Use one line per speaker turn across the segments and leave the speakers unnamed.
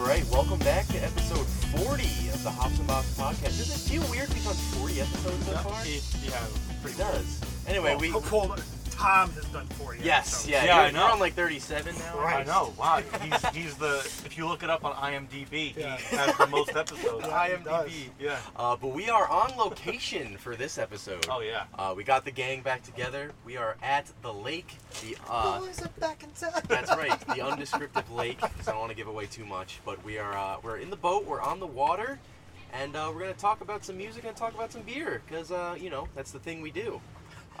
right, welcome back to episode 40 of the Hops and Bops podcast. Does it feel weird we've done 40 episodes so
Yeah,
far?
it- yeah, pretty
It does. Anyway, we.
How cold Tom has done for you.
Yes,
so-
yeah,
Yeah,
you're,
I know.
you're on like 37 now.
Right.
I know. Wow, he's, he's the. If you look it up on IMDb,
Yeah.
he has the most episodes.
Yeah, he does.
Yeah.
Uh, but we are on location for this episode.
Oh yeah.
Uh, we got the gang back together. We are at the lake. The uh,
Boys are Oh, back in town.
that's right, the undescriptive lake. Because I don't want to give away too much, but we are uh, we're in the boat. We're on the water, and uh, we're gonna talk about some music and talk about some beer. Because uh, you know that's the thing we do.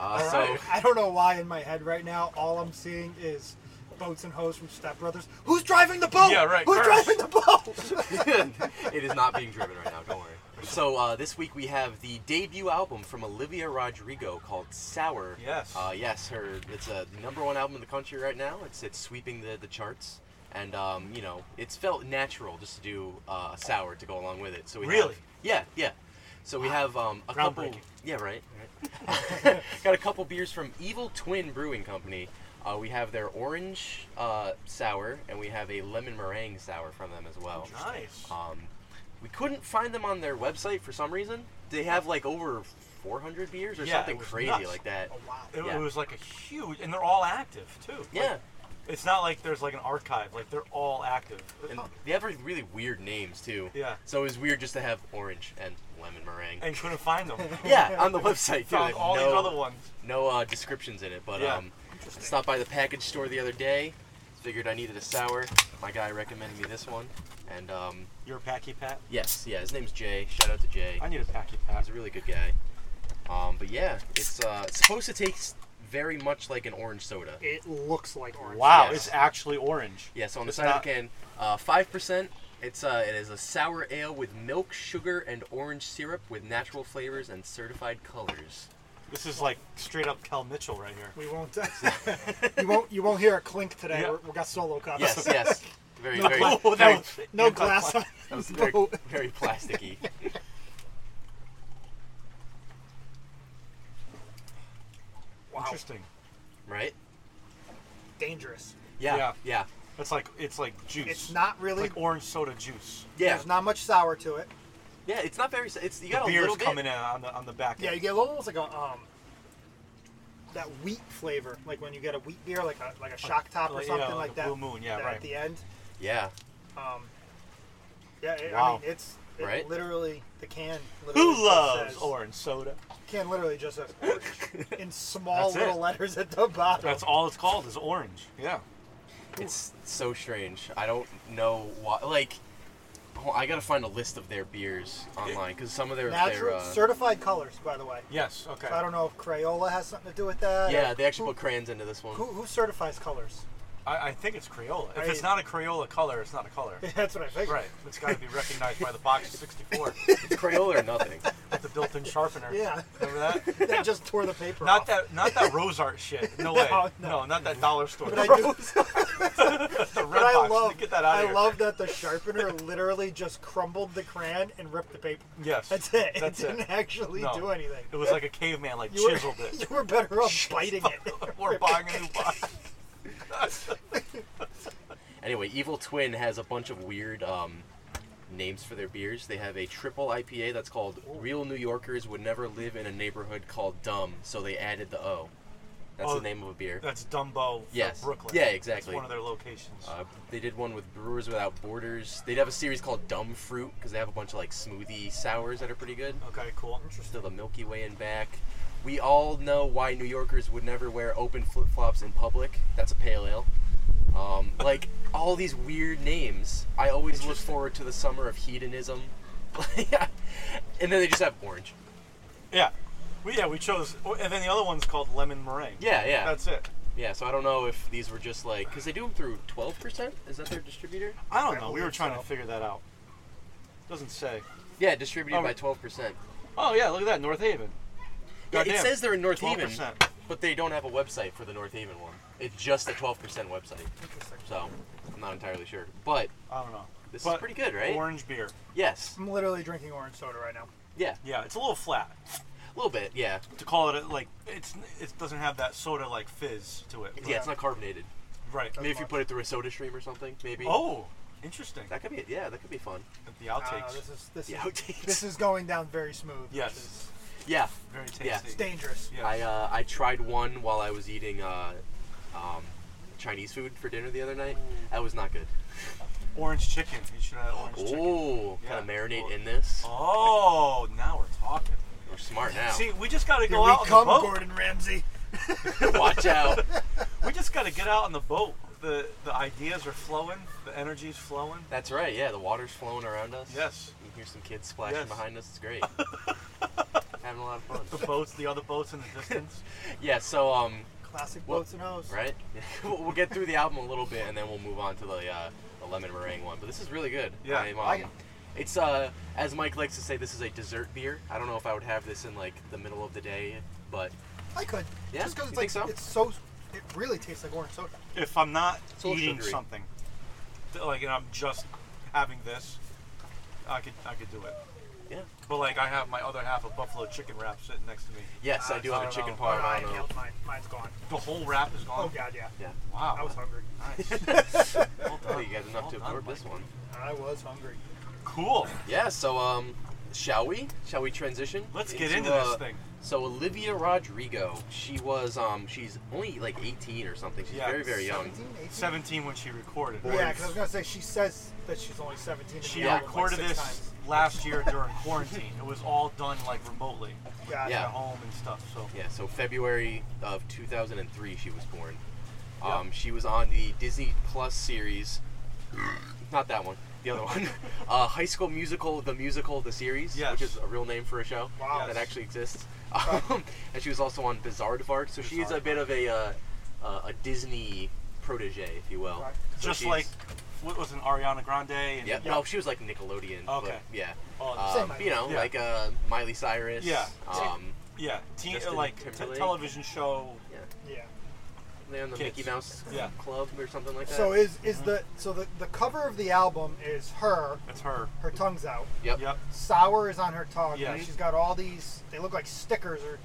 Uh,
All
so
right. I don't know why in my head right now all I'm seeing is boats and hoes from Step Brothers. Who's driving the boat?
Yeah, right,
Who's
first.
driving the boat? Oh,
it is not being driven right now. Don't worry. So uh, this week we have the debut album from Olivia Rodrigo called Sour.
Yes.
Uh, yes, her. It's a number one album in the country right now. It's it's sweeping the the charts, and um, you know it's felt natural just to do uh, Sour to go along with it. So we have-
Really?
yeah, yeah. So we have um, a couple.
Groundbreaking.
Yeah, right. right. Got a couple beers from Evil Twin Brewing Company. Uh, we have their orange uh, sour, and we have a lemon meringue sour from them as well.
Nice.
Um, we couldn't find them on their website for some reason. They have like over 400 beers or
Yeah, it
something
was
crazy
nuts.
like that.
oh, wow.
It,
yeah.
it was like a huge, and they're all active too. Like,
Yeah,
it's not like there's like an archive. Like they're all active.
and they have really weird names too.
Yeah.
So it was weird just to have orange and lemon meringue.
and couldn't find them.
yeah, on the website too.
Found
Like,
all
no,
these other ones.
no uh, descriptions in it, but
Yeah.
um, I stopped by the package store the other day. Figured I needed a sour. My guy recommended me this one, and um,
Your packy pat.
yes, yeah, his name's Jay. Shout out to Jay.
I need a packy pat.
He's a really good guy. Um, but yeah, it's uh, it's supposed to taste very much like an orange soda.
It looks like orange.
Wow,
Yes.
it's actually orange.
Yes, on the
It's
side of
not-
the can, uh, five percent. It's uh, it is a sour ale with milk, sugar, and orange syrup with natural flavors and certified colors.
This is like straight up Cal Mitchell right here.
We won't. you won't. You won't hear a clink today.
Yeah.
We're, we got solo cups.
Yes, yes, very,
No
very,
glass-
Oh, that
very,
was-
No glass on
that was
the
very,
boat.
very plasticky.
Wow.
Interesting.
right?
Dangerous.
Yeah, yeah,
Yeah.
yeah.
It's like it's like juice.
It's not really.
like orange soda juice.
yeah.
There's not much sour to it.
it's not very. s- It's you
The
got a
beer's
little bit.
coming in on the on the back.
Yeah, you
end.
get a little almost like a um that wheat flavor, like when you get a wheat beer, like a like a shock top or
like, yeah,
something
like
like
a
that.
Blue Moon, yeah,
that
right.
At the end,
Yeah,
um, yeah, it, I
Wow.
mean it's it
Right?
literally the can. Literally
Who
just
loves
says,
orange soda?
Can literally just says orange in small
That's
little
it.
letters at the bottom.
That's all it's called is orange. Yeah.
it's so strange. I don't know why. Like, oh, I gotta find a list of their beers online because some of their their
Natural,
uh,
certified colors, by the way.
Yes. Okay.
So I don't know if Crayola has something to do with that.
yeah,
or
they actually
who,
put crayons into this one.
who, who certifies colors?
I, I think it's Crayola. If
Right.
it's not a Crayola color, it's not a color.
That's what I think.
Right. It's got to be recognized by the box of 64
It's Crayola or nothing.
with the built-in sharpener.
Yeah,
Remember that?
that just tore the paper.
Not
off.
that, not that Rose Art shit. No way.
No,
No,
no.
not that dollar store.
But I do,
the red
But I
box.
love,
Get that out of
I
here.
love that the sharpener literally just crumbled the crayon and ripped the paper.
Yes.
That's it.
That's
it didn't
it.
actually
No.
do anything.
It was like a caveman, like
You were,
chiseled it.
you were better off biting it.
or buying a new box.
Anyway, Evil Twin has a bunch of weird um, names for their beers. They have a triple IPA that's called Real New Yorkers Would Never Live in a Neighborhood Called Dumb, so they added the O. That's
Oh,
the name of a beer.
That's Dumbo. for
Yes.
Brooklyn.
Yeah,
That's
exactly.
one of their locations.
Uh, they did one with Brewers Without Borders. They'd have a series called Dumb Fruit because they have a bunch of like smoothie sours that are pretty good.
okay. Cool.
To the Milky Way and back. We all know why New Yorkers would never wear open flip flops in public. That's a pale ale. Um, like all these weird names. I always look forward to the summer of hedonism. and then they just have orange.
Yeah. We, yeah, we chose, oh, and then the other one's called lemon meringue.
Yeah, yeah.
That's it.
yeah, so I don't know if these were just like. Because they do them through 12%? Is that their distributor?
I don't
I
know. We were
believe
trying
so.
to figure that out. Doesn't say.
Yeah, distributed
Oh.
by 12%.
Oh yeah, look at that, North Haven.
Yeah, it
Goddamn.
says they're in North Haven,
12%.
but they don't have a website for the North Haven one. It's just a 12% website.
Interesting.
So I'm not entirely sure. But
I don't know.
this is
But
pretty good, right?
Orange beer.
Yes.
I'm literally drinking orange soda right now.
Yeah.
Yeah, it's a little flat
A little bit, yeah.
to call it a, like it's it doesn't have that soda like fizz to it.
Yeah, it's not carbonated.
Right.
Maybe if you put it through a soda stream or something, maybe.
Oh. Interesting.
That Uh, could be yeah, that could be fun.
the
I
outtakes.
don't know, Uh, this is this
The
is
outtakes.
this is going down very smooth. which
yes.
is-
Yeah,
Very
Yeah.
tasty.
it's dangerous.
Yes.
I uh, I tried one while I was eating uh, um, Chinese food for dinner the other night.
Mm.
That was not good.
orange chicken. You should have orange chicken.
Oh,
Yeah.
kind of marinate in this.
Oh, now we're talking.
We're smart now.
See, we just got to
Here
go
we
out on
come,
the boat.
Gordon Ramsay.
Watch out.
We just got to get out on the boat. The the ideas are flowing. The energy's flowing.
That's right. Yeah, the water's flowing around us.
Yes.
You can hear some kids splashing
Yes.
behind us. It's great. Having a lot of fun.
The boats, the other boats in the distance.
Yeah. So um,
Classic
Well,
boats and hoes.
right? we'll we'll get through the album a little bit, and then we'll move on to the, uh, the lemon meringue one. But this is really good.
Yeah,
I'm,
like
um, it's uh, as Mike likes to say, this is a dessert beer. I don't know if I would have this in like the middle of the day, but
I could.
Yeah?
Just because it's
You
like
think so?
it's so. It really tastes like orange soda.
If I'm not
It's a little
eating
sugary.
something, th- like and I'm just having this, I could I could do it.
yeah.
But like I have my other half of buffalo chicken wrap sitting next to me.
Yes,
Uh,
I do have a chicken
Parmesan.
Oh, no, I
parmesan.
inhaled mine. Mine's gone.
The whole wrap is
Oh
gone.
god, yeah.
Yeah.
Wow.
I was hungry.
nice. well
Oh,
done.
you got enough
Well
to
done,
absorb
Mike.
this one.
I was hungry.
Cool.
Yeah. So um, shall we? Shall we transition?
Let's get into this
uh,
thing.
So Olivia Rodrigo, she was um, she's only like 18 or something. She's
Yeah,
very very young.
17, 18?
17 when she recorded.
Yeah, because I was gonna say she says that she's only 17. and
She
we have, like,
recorded
six
this
times.
last year during quarantine. It was all done like remotely
God,
Yeah.
at home and stuff. So
Yeah, so February of 2003, she was born.
Yep.
Um, she was on the Disney Plus series, not that one, the other one, uh, High School Musical, the musical, the series,
Yes.
which is a real name for a show
Wow.
that actually exists. Um, and she was also on Bizarre Dvark, so she is a bit of a uh, uh, a Disney protege, if you will.
Right.
So
just
she's-
like what was an Ariana Grande and
Yep. No, she was like Nickelodeon.
Okay.
But yeah.
Oh,
Um,
Same
you know,
idea.
like uh, Miley Cyrus.
Yeah.
Um,
yeah, teen,
Justin
like t-
Timberlake.
television show.
yeah.
Yeah.
They're in the
Kids.
Mickey Mouse
Yeah.
Club or something like that.
So is is the so the, the cover of the album is her
That's her.
her tongue's out.
Yep.
Yep.
Sour is on her tongue.
Yeah.
and She's got all these. They look like stickers or.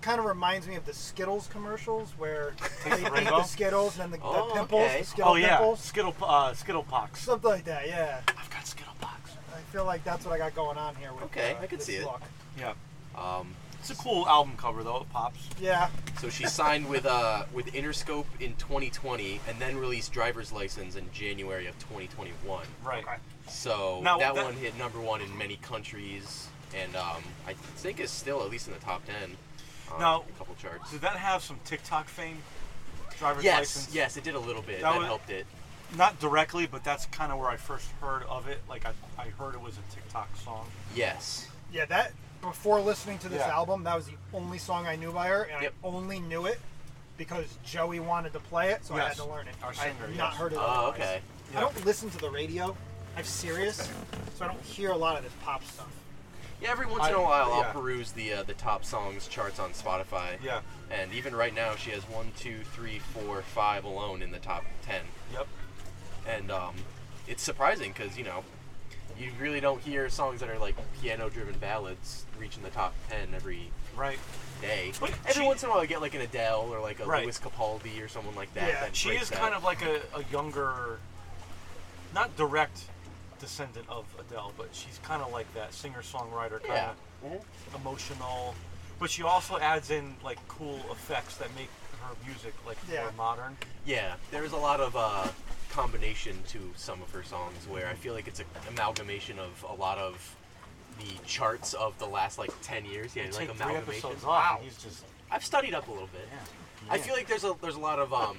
Kind of reminds me of the Skittles commercials where they
the
eat
rainbow?
the Skittles and then the,
Oh,
the pimples,
okay.
the Skittle
oh yeah,
pimples,
Skittle uh, Skittle Pox.
something like that. Yeah,
I've got Skittle Pox.
I feel like that's what I got going on here. With,
Okay,
uh,
I could
this
see it.
look.
Yeah,
Um,
it's a cool album cover though. It pops.
Yeah,
so she signed with uh, with Interscope in 2020, and then released Driver's License in January of 2021.
Right.
Okay.
So
Now,
that,
that-
one hit number one in many countries, and um, I think is still at least in the top ten. Um,
Now-
a couple charts.
Did that have some TikTok fame? Driver's
Yes,
license.
yes, it did a little bit.
That
That,
was-
helped it.
Not directly, but that's kind of where I first heard of it. Like I, I heard it was a TikTok song.
Yes,
yeah. That before listening to this
Yeah.
album, that was the only song I knew by her, and
Yep.
I only knew it because Joey wanted to play it, so I
Yes.
had to learn it.
Our
I had
singer,
not
yes.
heard it.
Oh,
otherwise.
okay.
Yeah.
I don't listen to the radio. I'm serious, so I don't hear a lot of this pop stuff.
yeah. Every once
I-
in a while,
yeah.
I'll peruse the uh, the top songs charts on Spotify.
Yeah.
And even right now, she has one, two, three, four, five alone in the top ten.
Yep.
and um, it's surprising because you know you really don't hear songs that are like piano-driven ballads reaching the top ten every
Right.
day.
But
every
she-
once in a while, you get like an Adele or like a
Right.
Louis Capaldi or someone like that.
Yeah,
that
She
breaks
is
out.
kind of like a, a younger, not direct descendant of Adele, but she's kind of like that singer songwriter kind
yeah.
of
Mm-hmm.
emotional. But she also adds in like cool effects that make her music like
Yeah.
more modern.
Yeah, there is a lot of uh, combination to some of her songs where I feel like it's an amalgamation of a lot of the charts of the last like ten years. Yeah, like
Take three
amalgamation.
episodes off.
Wow.
And he's just
I've studied up a little bit.
yeah.
I feel like there's a there's a lot of um,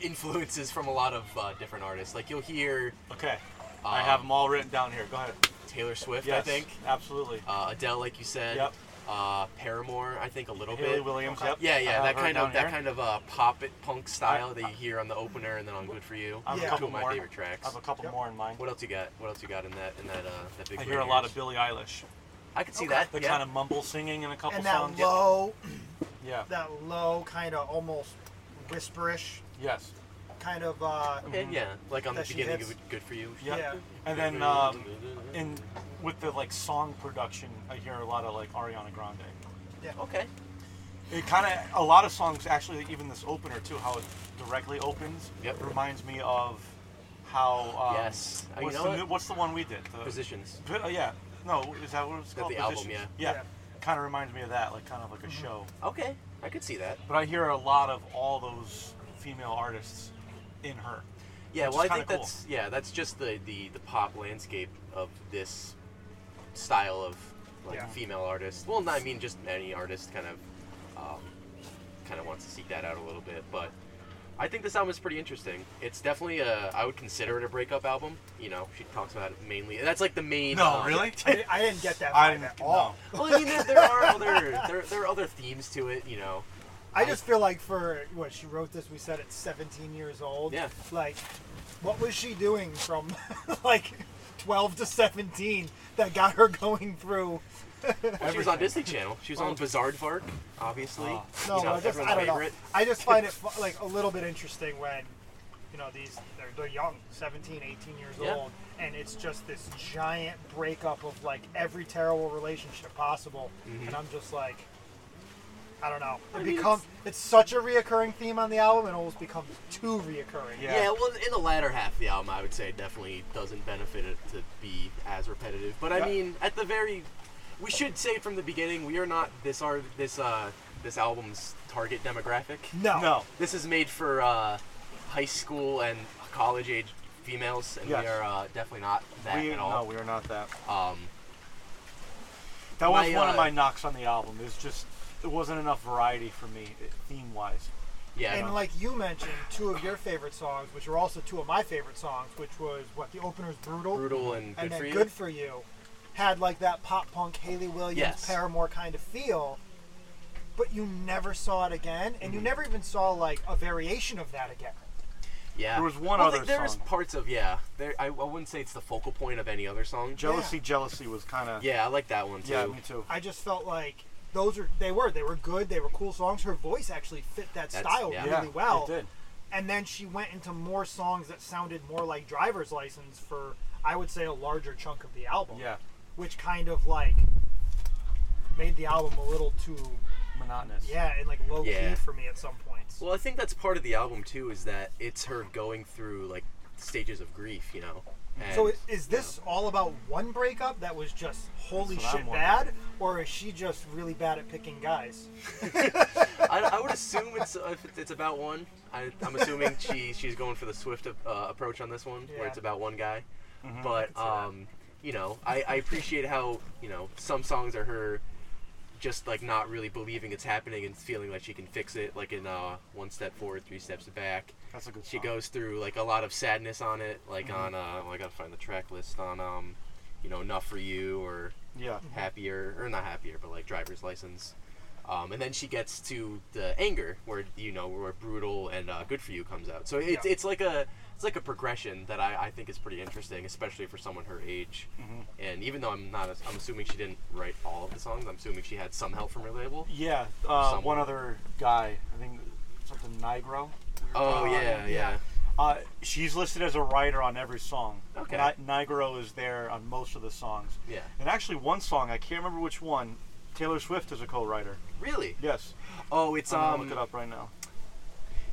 influences from a lot of uh, different artists. Like you'll hear
okay. I have them all written down here. Go ahead.
Taylor Swift,
Yes,
Um, I think.
absolutely.
Uh, Adele, like you said.
Yep.
Uh, Paramore, I think a little
Haley
bit.
Williams.
Okay.
Yep.
Yeah, yeah,
I have
that
her
kind
down
of that
here.
kind of uh, pop it punk style that you hear on the opener and then on Good for You.
I have a
Yeah.
Two
couple
of my
more.
favorite tracks.
I have a couple
Yep.
more in mind.
What else you got? What else you got in that in that uh, that big?
I
Red
hear a lot
Ears?
of Billie Eilish.
I could see
Okay.
that.
The
yeah.
kind of mumble singing in a couple
And that
songs.
low,
Yeah.
that low kind of almost whisperish
Yes.
kind of. Uh,
Okay, yeah, like on the
that she
beginning
hits.
of Good for You.
Yeah.
Yeah.
And then um,
Mm-hmm.
in with the like song production, I hear a lot of like Ariana Grande.
yeah.
okay.
It kind of a lot of songs actually even this opener too, how it directly opens.
Yep.
Reminds me of how. Um,
Yes. Oh, you
What's,
know
the,
what?
new- what's the one we did? The,
Positions.
P- uh, yeah. No, is that what it's
That
called?
the album,
Positions.
yeah.
Yeah.
Yeah. Mm-hmm.
Kind of reminds me of that, like kind of like a show.
Okay, I could see that.
But I hear a lot of all those female artists in her.
Yeah,
Which
well, I
is
think
kinda
that's yeah, that's just the, the the pop landscape of this style of like
Yeah.
female artists. Well, not, I mean just any artist kind of um, kind of wants to seek that out a little bit, but I think this album is pretty interesting. It's definitely a I would consider it a breakup album. You know, she talks about it mainly. That's like the main. um,
I, I didn't get that
I
vibe at
no.
all.
Well, I mean, there, there are other there, there are other themes to it. You know.
I just feel like for what she wrote this, we said at 17 years old.
Yeah.
Like, what was she doing from like 12 to 17 that got her going through?
Well, she was on Disney Channel. She was on Bizarre Vark, obviously.
Oh.
No,
you know,
I just
everyone's
I don't
favorite.
know. I just find it fu- like a little bit interesting when you know these they're, they're young, 17, 18 years
Yeah.
old, and it's just this giant breakup of like every terrible relationship possible, and I'm just like. I don't know. It
I mean,
becomes it's such a reoccurring theme on the album, and almost becomes too reoccurring.
Yeah.
Yeah. well, in the latter half of the album, I would say it definitely doesn't benefit it to be as repetitive. But I
Yeah.
mean, at the very, we should say from the beginning, we are not this are this uh this album's target demographic.
No.
No.
This is made for uh, high school and college age females, and
Yes.
we are uh, definitely not that
We,
at
no,
all.
we are not that.
um,
That was
My,
one
uh,
of my knocks on the album. Is just there wasn't enough variety for me uh, theme wise.
yeah,
And
no.
like you mentioned, two of your favorite songs, which are also two of my favorite songs, which was what the opener's brutal,
brutal and good
and then
for you.
good for you, had like that pop punk Haley Williams
Yes.
Paramore kind of feel, but you never saw it again, and
Mm-hmm.
you never even saw like a variation of that again.
yeah,
There was one
well,
other
like, There's
song.
parts of yeah. There, I, I wouldn't say it's the focal point of any other song.
Jealousy, jealousy was kind of
yeah, I like that one too.
yeah, me too.
I just felt like those are they were they were good, they were cool songs. Her voice actually fit that
That's-
style
yeah.
really
yeah,
well.
It did.
and then she went into more songs that sounded more like driver's license for i would say a larger chunk of the album
Yeah,
which kind of like made the album a little too
monotonous.
yeah and like low
Yeah.
key for me at some points
Well, I think that's part of the album too, is that it's her going through like stages of grief, you know. And
so i- is this all about one breakup that was just holy
That's what
shit
I'm wondering.
bad or is she just really bad at picking guys
I, I would assume it's uh, if it's- it's about one. I, I'm assuming she she's going for the swift uh, approach on this one,
Yeah. Mm-hmm,
where it's about one guy. But um, you know, I, I appreciate how you know some songs are her just like not really believing it's happening and feeling like she can fix it, like in uh, one step forward, three steps back.
That's a good.
she
song.
goes through like a lot of sadness on it like on
Mm-hmm.
uh well, i gotta find the track list on um you know enough for you or
Yeah,
Mm-hmm.
happier or not happier but like driver's license um, and then she gets to the anger where you know where brutal and uh, good for you comes out so it's,
Yeah.
it's like a it's like a progression that I, I think is pretty interesting especially for someone her age
Mm-hmm.
and even though i'm not as- i'm assuming she didn't write all of the songs i'm assuming she had some help from her label
yeah. Uh,
Someone.
one other guy. I think something Nigro.
oh
Uh,
yeah yeah
Uh, she's listed as a writer on every song.
Okay.
Ni- Nigro is there on most of the songs.
yeah
And actually, one song I can't remember which one. Taylor Swift is a co-writer.
really
Yes,
oh it's
I'm
um
gonna look it up right now.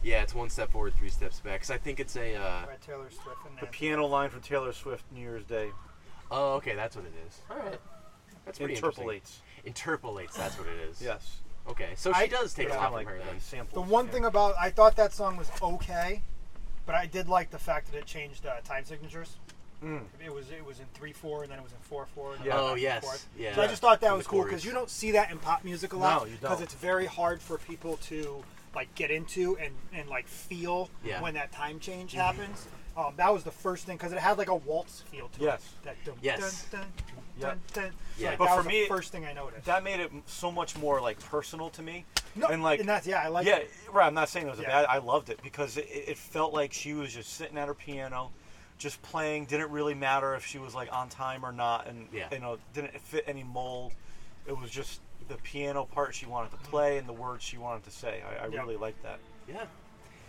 Yeah, it's one step forward, three steps back. 'Cause I think it's a. Uh,
Right, taylor swift and
The
then
piano line from Taylor Swift New Year's Day
oh, okay, that's what it is. All right, that's pretty interesting.
interpolates.
Interpolates. That's what it is.
Yes,
Okay, so she
I-
does take
It's
a
kinda
lot from her
that,
then.
samples,
the one
yeah.
thing about i thought that song was okay but i did like the fact that it changed uh, time signatures
Mm.
It was it was in three four and then it was in four four. And
Yeah.
then
Oh,
back and
yes,
forth.
yeah.
So I just thought that
In the
was cool because
chorus.
you don't see that in pop music a lot.
No, you don't.
Because it's very hard for people to like get into and and like feel
Yeah. Mm-hmm.
when that time change happens. Um, that was the first thing because it had like a waltz feel to
Yes.
it. That dun,
Yes.
Dun, dun,
Yeah.
dun, dun. So,
Yeah.
like,
But
that
for
was the
me-
first thing I noticed.
That made it m- so much more like personal to me.
no,
and like
that's yeah, I like.
yeah,
it.
right. I'm not saying it was a
Yeah.
bad. I loved it because it, it felt like she was just sitting at her piano, just playing. Didn't really matter if she was like on time or not, and
Yeah.
you know, didn't fit any mold. It was just the piano part she wanted to play and the words she wanted to say. I, I
Yeah.
really liked that.
Yeah,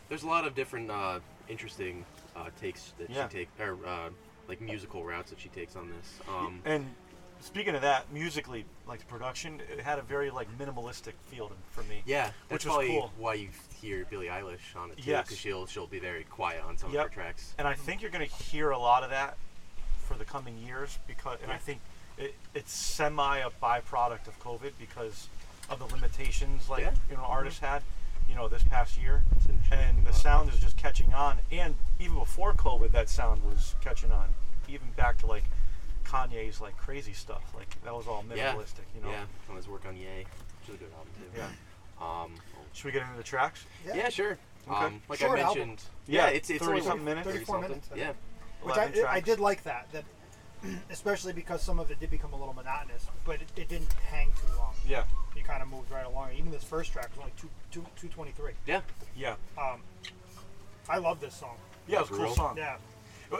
there's a lot of different uh, interesting uh, takes that
Yeah.
she take or uh, like musical routes that she takes on this. Um,
And Speaking of that, musically, like the production, it had a very like minimalistic feel to, for me.
Yeah, that's
Which was
probably
cool.
why you hear Billie Eilish on it too,
Yes.
because she'll she'll be very quiet on some
Yep.
of her tracks.
And I think you're going to hear a lot of that for the coming years because, and I
Yeah.
think it, it's semi a byproduct of COVID because of the limitations like
Yeah. Mm-hmm.
you know artists had, you know, this past year,
an interesting
and the
thought.
sound is just catching on. And even before COVID, that sound was catching on. Even back to like Kanye's like crazy stuff, like that was all minimalistic,
yeah,
you know.
yeah, on his work on Yay, which is a good album too.
Yeah.
Um,
Should we get into the tracks?
yeah. sure.
Okay.
Um, like
Short
I
album.
mentioned,
Yeah,
yeah, it's it's only
30 something minutes.
30
34
something.
minutes, I
Yeah,
Which I,
11
I
tracks.
did like that, that especially because some of it did become a little monotonous, but it, it didn't hang too long.
Yeah,
You kind of moved right along. Even this first track was only two, two, 223.
yeah,
yeah,
Um, I love this song.
yeah. It was a cool
Real?
song.
Yeah.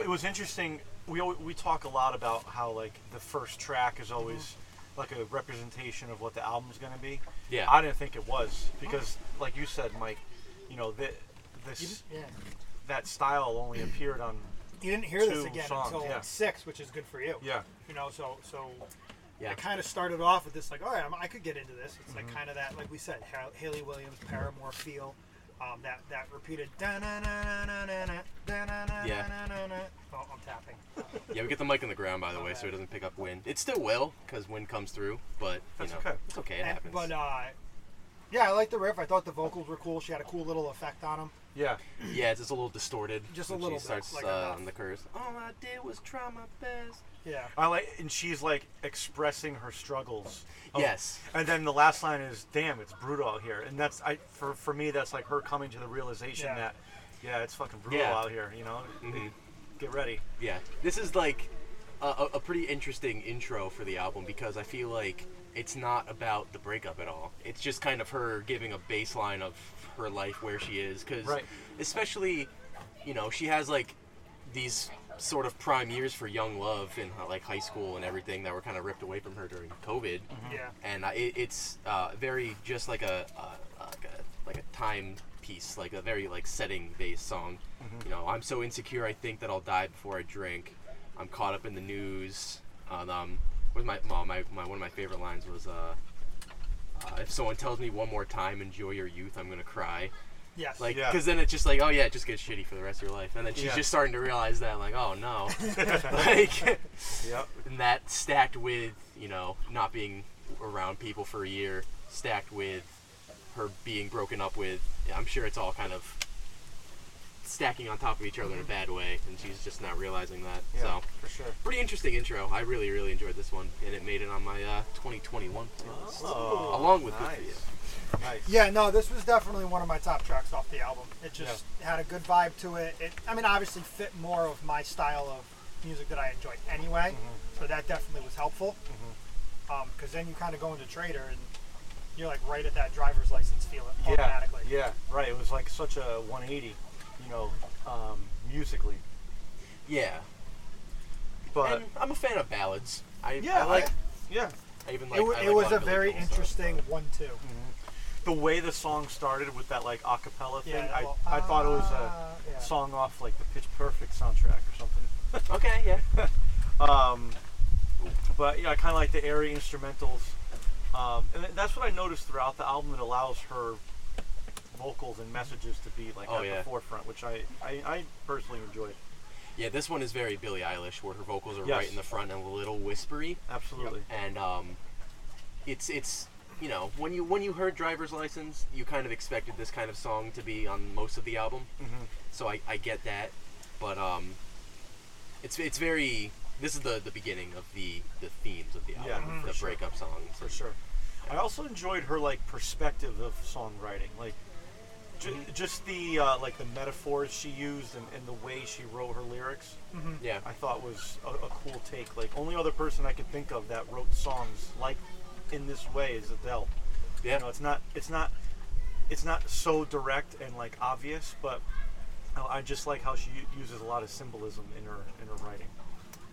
It was interesting. We al- we talk a lot about how like the first track is always like a representation of what the album's going to be.
Yeah.
I didn't think it was because, like you said, Mike, you know that
You,
this
yeah.
that style only appeared on.
you didn't hear this
Two
again
songs,
until
yeah.
six, which is good for you.
Yeah.
You know, so so
yeah.
I kind of started off with this like, all right, I'm, I could get into this. It's
Mm-hmm.
like kind of that, like we said, Ha- Haley Williams Paramore feel, um, that that repeated. Yeah. Oh, I'm tapping.
Yeah, we get the mic on the ground by the way, so it doesn't pick up wind. It still will, because wind comes through, but you
That's
know,
okay.
it's okay. It
And-
happens.
but uh, yeah, I like the riff. I thought the vocals were cool. She had a cool little effect on them.
Yeah,
yeah, it's just a little distorted.
Just a
when
little
She
bit,
starts
like
uh,
enough.
on the curse. All I did was try my best.
Yeah.
I like, and she's like expressing her struggles. of-
Yes.
And then the last line is, "Damn, it's brutal out here," and that's I for for me that's like her coming to the realization
Yeah.
that, yeah, it's fucking brutal
Yeah.
out here. You know,
Mhm.
get ready.
Yeah, this is like a, a- a pretty interesting intro for the album because I feel like it's not about the breakup at all. It's just kind of her giving a baseline of her life where she is because,
Right.
especially, you know, she has like these sort of prime years for young love and uh, like high school and everything that were kind of ripped away from her during COVID
Yeah.
and I, it, it's uh, very just like a, a like a like a time piece, like a very like setting based song.
Mm-hmm.
You know, I'm so insecure, I think that I'll die before I drink. I'm caught up in the news. And, um, was my, well, my my one of my favorite lines was, uh, uh, "If someone tells me one more time, enjoy your youth, I'm gonna cry."
Yes.
Like,
Yeah.
because then it's just like, oh yeah, it just gets shitty for the rest of your life, and then she's
Yeah.
just starting to realize that, like, oh no, like.
Yep.
and that stacked with you know not being around people for a year stacked with her being broken up with i'm sure it's all kind of stacking on top of each other in a bad way and she's just not realizing that
Yeah,
so
for sure.
pretty interesting intro i really really enjoyed this one and it made it on my uh, 2021 playlist
Oh,
along with
nice.
good for you
Nice.
Yeah, no, this was definitely one of my top tracks off the album. It just had a good vibe to it. it. I mean, obviously fit more of my style of music that I enjoy anyway,
Mm-hmm.
so that definitely was helpful. Because then you kind of go into Trader and you're like right at that driver's license feel
Yeah.
automatically.
Yeah. Right. It was like such a 180, you know, um, musically.
yeah
But
and i'm a fan of ballads i,
yeah,
I like
I- yeah.
I, even
It,
like
wa-
I like
it was a
Unbelievable
very
stuff.
interesting one-two.
The way the song started with that like acapella thing,
Yeah, that
I,
little,
I thought it was a
ah, yeah.
song off like the Pitch Perfect soundtrack or something.
okay yeah
Um, but yeah, I kind of like the airy instrumentals, um, and th- that's what I noticed throughout the album. It allows her vocals and messages to be like
Oh,
at
yeah.
the forefront, which I, I, I personally enjoyed.
Yeah, this one is very Billie Eilish, where her vocals are
Yes.
right in the front and a little whispery,
Absolutely.
and um, it's it's you know when you when you heard Driver's License, you kind of expected this kind of song to be on most of the album,
Mhm.
so I, I get that, but um, it's it's very this is the the beginning of the the themes of the album,
Yeah, mhm,
the
for sure.
breakup songs.
for sure. I also enjoyed her like perspective of songwriting, like ju-
Mm-hmm.
just the uh, like the metaphors she used and, and the way she wrote her lyrics.
Mm-hmm.
Yeah,
I thought was a, a cool take. Like only other person I could think of that wrote songs like in this way is Adele.
yeah,
You know, it's not it's not it's not so direct and like obvious, but I, I just like how she u- uses a lot of symbolism in her in her writing.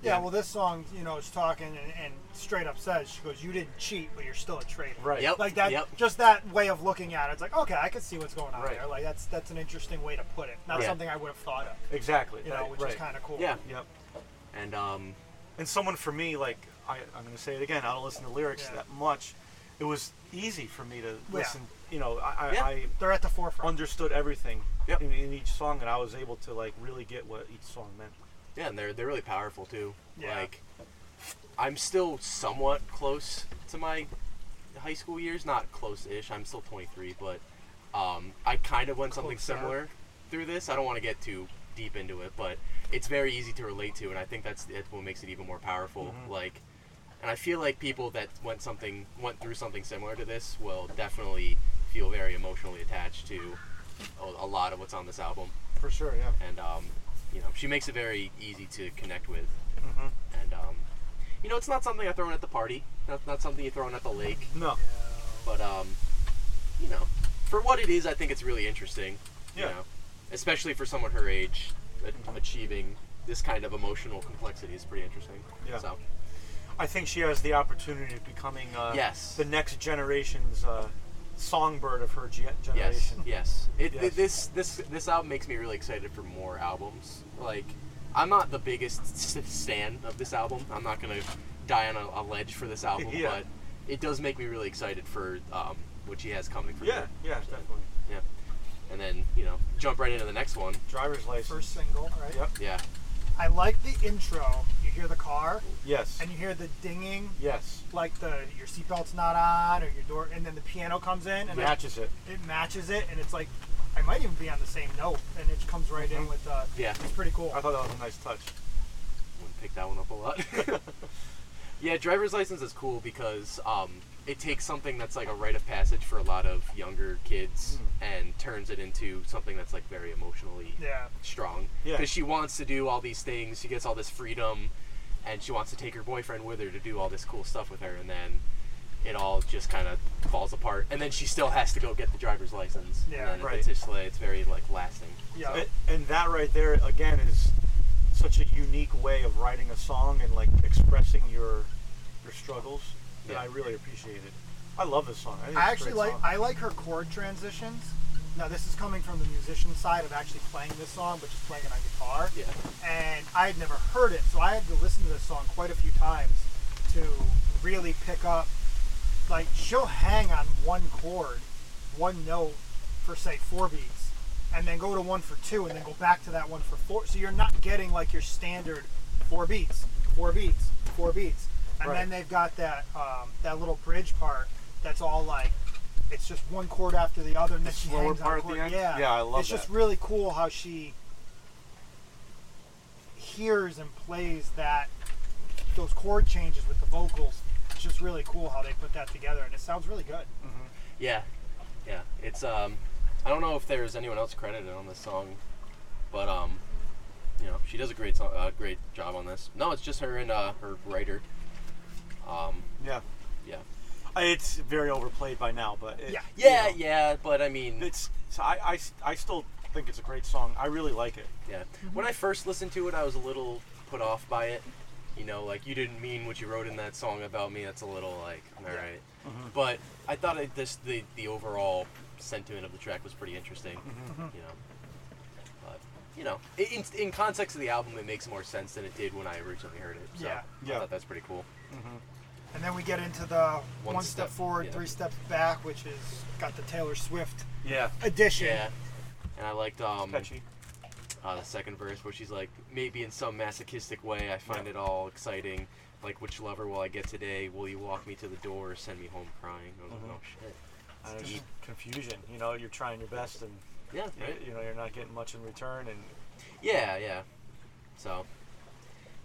Yeah,
Yeah.
well, this song, you know, is talking and, and straight up says, she goes, you didn't cheat, but you're still a traitor.
Right.
Yep.
like that
Yep.
just that way of looking at it it's like okay i can see what's going on
Right.
there like that's that's an interesting way to put it not
Yeah.
something i would have thought of
Exactly.
you know
right,
which is
right.
kind of cool
yeah,
Yep.
and um,
and someone for me like I, I'm going to say it again. I don't listen to lyrics
Yeah.
that much. It was easy for me to listen. You know, I, I,
Yeah.
I
They're at the forefront.
understood everything
Yep.
in, in each song, and I was able to like really get what each song meant.
Yeah, and they're they're really powerful too.
Yeah.
Like I'm still somewhat close to my high school years, not close-ish. I'm still 23, but um, I kind of went something
Closer.
similar through this. I don't want to get too deep into it, but it's very easy to relate to, and I think that's that's what makes it even more powerful. Like, and I feel like people that went something went through something similar to this will definitely feel very emotionally attached to a, a lot of what's on this album
For sure, yeah.
and um, you know she makes it very easy to connect with
Mhm.
and um, you know it's not something i throw in at the party not, not something you throw in at the lake
No,
but um, you know for what it is i think it's really interesting you
Yeah.
know especially for someone her age a- achieving this kind of emotional complexity is pretty interesting
Yeah.
so
I think she has the opportunity of becoming uh,
Yes.
the next generation's uh, songbird of her ge-
yes
generation.
yes. It,
Yes.
this this this album makes me really excited for more albums like i'm not the biggest s- stan of this album i'm not gonna die on a, a ledge for this album
Yeah.
but it does make me really excited for um, what she has coming for
Yeah,
her.
yeah, definitely.
yeah and then you know jump right into the next one
Driver's license.
First single, right?
Yep.
yeah
I like the intro. You hear the car
Yes.
and you hear the dinging,
yes.
like the your seatbelt's not on or your door, and then the piano comes in and
Matches it.
it, it matches it, and it's like I might even be on the same note, and it comes right
Mm-hmm.
in with uh,
yeah
it's pretty cool.
I thought that was a nice touch.
wouldn't pick that one up a lot. yeah, driver's license is cool because um, it takes something that's like a rite of passage for a lot of younger kids and turns it into something that's like very emotionally
Yeah,
strong.
Yeah.
Because she wants to do all these things, she gets all this freedom, and she wants to take her boyfriend with her to do all this cool stuff with her, and then it all just kind of falls apart. And then she still has to go get the driver's license.
Yeah,
and then
right.
It's just like it's very like lasting.
yeah.
And, and that right there again is such a unique way of writing a song and like expressing your your struggles that
Yeah.
I really appreciate it. I love this song. I, think
I
it's a
actually
great
like
song.
I like her chord transitions. Now this is coming from the musician side of actually playing this song, but just playing it on guitar.
Yeah.
And I had never heard it, so I had to listen to this song quite a few times to really pick up. Like she'll hang on one chord, one note for say four beats, and then go to one for two, and then go back to that one for four. So you're not getting like your standard four beats, four beats, four beats, and
Right.
then they've got that um, that little bridge part that's all like it's just one chord after the other, and then she
slower
hangs on
part
a
at the
chord.
end?
Yeah,
Yeah, I love
It's just
that.
really cool how she hears and plays that those chord changes with the vocals. It's just really cool how they put that together, and it sounds really good.
Yeah, yeah. It's um, I don't know if there's anyone else credited on this song, but um, you know, she does a great song, uh, great job on this. No, it's just her and uh, her writer. Um,
yeah.
yeah,
I- It's very overplayed by now, but it,
Yeah.
yeah,
you know,
yeah. But I mean,
It's so I, I s- I still think it's a great song. I really like it.
yeah. When I first listened to it, I was a little put off by it. You know, like you didn't mean what you wrote in that song about me. That's a little like, all right. But I thought it, this the the overall sentiment of the track was pretty interesting. You know. But, you know, i- in, in context of the album, it makes more sense than it did when I originally heard it. So
Yeah.
I
Yeah.
thought that's pretty cool.
And then we get into the one,
One
step,
step,
forward,
yeah.
three steps back, which is got the Taylor Swift
Yeah.
edition.
Yeah. And I liked um,
Catchy.
uh, the second verse where she's like, maybe in some masochistic way, I find it all exciting. Like, which lover will I get today? Will you walk me to the door or send me home crying? I was like, oh shit.
I don't know, just confusion. You know, you're trying your best and
Yeah, right?
you know you're not getting much in return. And
Yeah, yeah. So,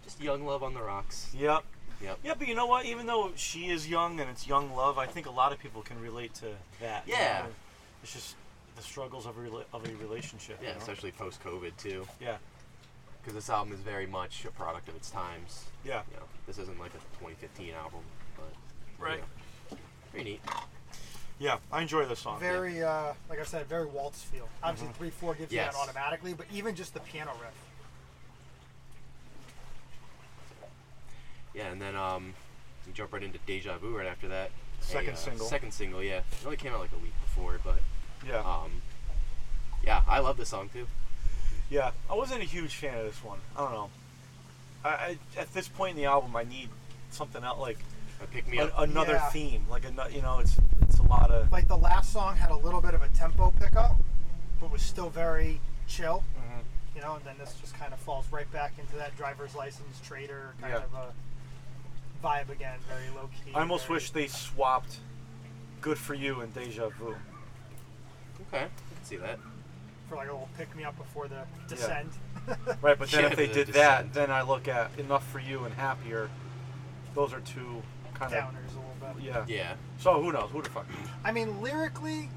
just young love on the rocks.
yep.
Yep.
Yeah, but you know what? Even though she is young and it's young love, I think a lot of people can relate to that. you
Yeah.
know? It's just the struggles of a, rela- of a relationship. you
Yeah,
know?
especially post COVID too,
yeah,
because this album is very much a product of its times.
yeah.
you know, this isn't like a 2015 album, but
Right.
you know, pretty neat.
Yeah, I enjoy this song.
Very, uh, like I said, very waltz feel. Obviously,
Mm-hmm.
three four gives you
Yes.
that automatically, but even just the piano riff.
Yeah, and then um, you jump right into Deja Vu right after that. uh,
Second single.
Second single, yeah. It only came out like a week before, but
Yeah,
um, yeah, I love this song too.
yeah. I wasn't a huge fan of this one. I don't know. I, I at this point in the album, I need something out like
A Uh, pick me
a-
up.
another
Yeah.
theme, like ano- you know, it's it's a lot of
Like the last song had a little bit of a tempo pickup, but was still very chill. You know, and then this just kind of falls right back into that driver's license trader kind
Yeah.
of a vibe again, very low key.
Mm-hmm. I almost
very-
wish they swapped "Good for You" and "Deja Vu."
Okay, I can see that.
for like a little pick me up before the descend.
Right, but then
Yeah,
if they
the
did
descent.
that, then I look at "Enough for You" and "Happier." Those are two kind of
Downers a little bit.
yeah.
Yeah.
So who knows? Who the fuck? knows?
I mean, lyrically,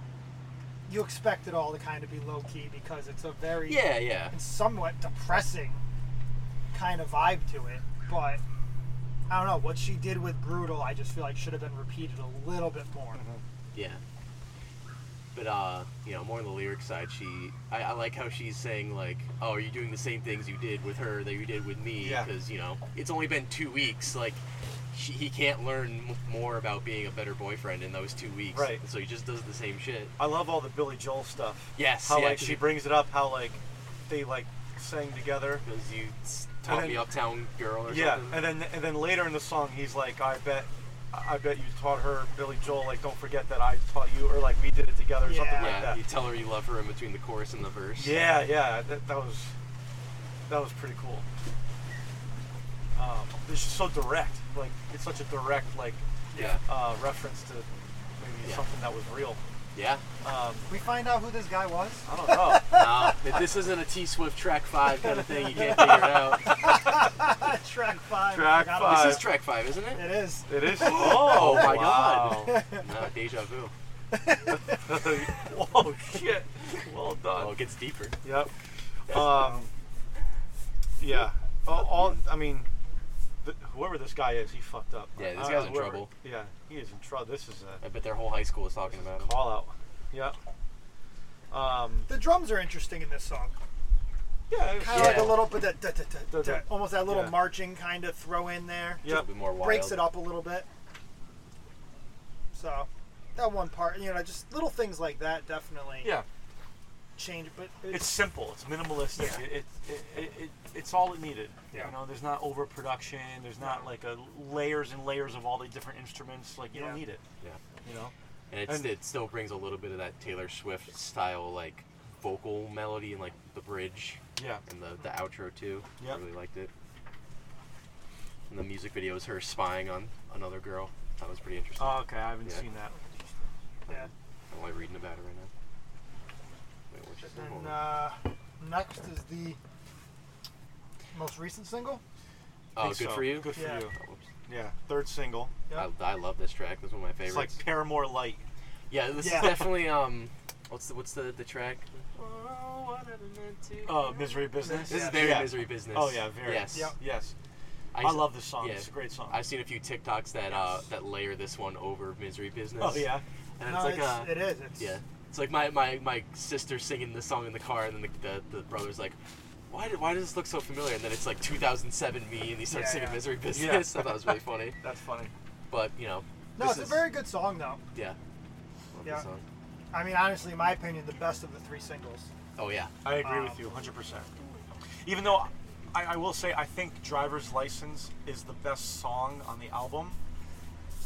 you expect it all to kind of be low key because it's a very
Yeah, yeah.
and somewhat depressing kind of vibe to it. But I don't know what she did with brutal. I just feel like should have been repeated a little bit more.
Mm-hmm.
Yeah. But uh, you know, more on the lyric side, she I, I like how she's saying like, "Oh, are you doing the same things you did with her that you did with me?"
Yeah.
Because you know, it's only been two weeks. Like, she, he can't learn m- more about being a better boyfriend in those two weeks.
Right.
So he just does the same shit.
I love all the Billy Joel stuff.
Yes,
How
yeah,
like
'cause
she
it-
brings it up. How like they like sang together.
Because you s- taught
then-
me Uptown Girl or
Yeah,
something.
and then and then later in the song, he's like, "I bet, I bet you taught her Billy Joel. Like, don't forget that I taught you, or like we did it together, or something
yeah,
like that."
you tell her you love her in between the chorus and the verse.
Yeah, yeah, that, that was that was pretty cool. Um, it's just so direct, like it's such a direct like
Yeah.
uh, reference to maybe
Yeah.
something that was real.
Yeah.
Um,
We find out who this guy was.
I don't know.
Nah, if this isn't a T Swift track five kind of thing. You can't figure it out.
Track five.
Track five.
Forgot about
This is track five, isn't
it.
it?
It is.
it is. Oh,
my
wow.
God. No, deja vu.
Whoa, shit. Well done.
Oh, it gets deeper.
Yep. Um, yeah. All, all I mean, th- whoever this guy is, he fucked up.
Yeah, this
I- I-
guy's in
whoever-
trouble.
Yeah, he is in trouble. This is a
I bet their whole high school is talking about him.
call out. Yep. Um,
The drums are interesting in this song.
yeah. it was-
Kind of like
Yeah.
a little bit that da, da, da, da,
Da, da.
almost that little
Yeah.
marching kind of throw in there.
It's a
Yep.
little bit more wild.
breaks it up a little bit. So that one part, you know, just little things like that definitely
Yeah.
change. But
It's simple. It's minimalistic.
Yeah.
It, it, it, it, it's all it needed.
Yeah.
You know, there's not overproduction. There's not like a layers and layers of all the different instruments. Like you
Yeah.
don't need it.
Yeah.
You know.
And, it's,
And-
it still brings a little bit of that Taylor Swift style, like, vocal melody and, like, the bridge
Yeah.
and the, the outro, too. I
Yep.
really liked it. And the music video is her spying on another girl. That was pretty interesting.
Oh, okay. I haven't
Yeah.
seen that.
yeah.
I'm only reading about it right now. Wait, what'd she say? Hold
And
on.
uh, next is the most recent single.
oh,
Think
good
so.
for you?
Good for
Yeah.
you.
Oh, whoops.
Yeah. Third single.
Yeah.
I, I love this track. This is one of my
It's
favorites.
like Paramore Light.
yeah, this
Yeah.
is definitely um, what's the what's the, the track?
Oh, Misery Business.
This
Yeah.
is very
yeah.
misery business.
Oh yeah, very.
Yes.
Yep.
Yes. I,
used-
love this song.
yeah.
It's a great song.
I've seen a few TikToks that uh, that layer this one over misery business.
oh yeah.
and it's
no,
like
it's,
uh,
it is. It's,
yeah, it's like my, my, my sister singing this song in the car, and then the, the, the brother's like, why did, why does this look so familiar? And then it's like 2007 me, and he starts
Yeah,
singing
yeah.
misery business.
Yeah.
I thought that was really funny.
That's funny.
But you know,
No,
this
it's
is-
a very good song though.
yeah. Love this
Yeah.
song.
I mean, honestly, in my opinion, the best of the three singles.
Oh yeah.
I agree
Um,
with you 100%. Even though I, I will say I think Driver's License is the best song on the album,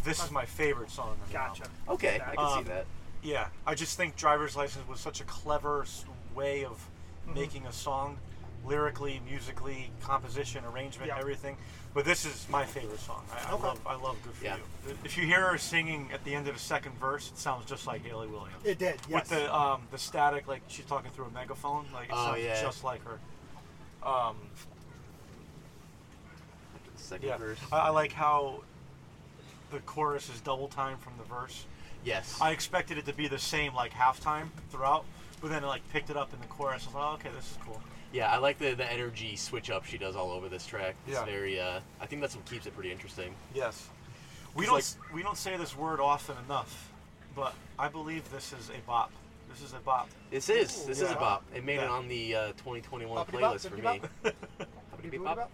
this is my favorite song on the
Gotcha.
album.
Okay, I can
Um,
see that.
Yeah, I just think Driver's License was such a clever s- way of
Mm-hmm.
making a song lyrically, musically, composition, arrangement,
Yeah.
everything. But this is my favorite song. I, I
Okay.
love I love Good For
Yeah.
You. If you hear her singing at the end of the second verse, it sounds just like Haley Williams.
It did.
with
Yes.
the um, the static, like she's talking through a megaphone, like it
Oh,
sounds
yeah.
just like her. Um,
After the second
yeah,
verse.
I, I like how the chorus is double time from the verse.
yes.
I expected it to be the same, like halftime throughout, but then it like picked it up in the chorus. I was like, oh, okay, this is cool.
Yeah, I like the, the energy switch up she does all over this track. It's
Yeah.
very uh I think that's what keeps it pretty interesting.
Yes, we
It's
don't s we don't say this word often enough, but I believe this is a bop. This is a bop.
This is this is
Yeah.
a bop. It made it
Yeah.
on the uh, 2021
Boppity bop,
playlist for
bippity
me. Boppity
Boppity
bop.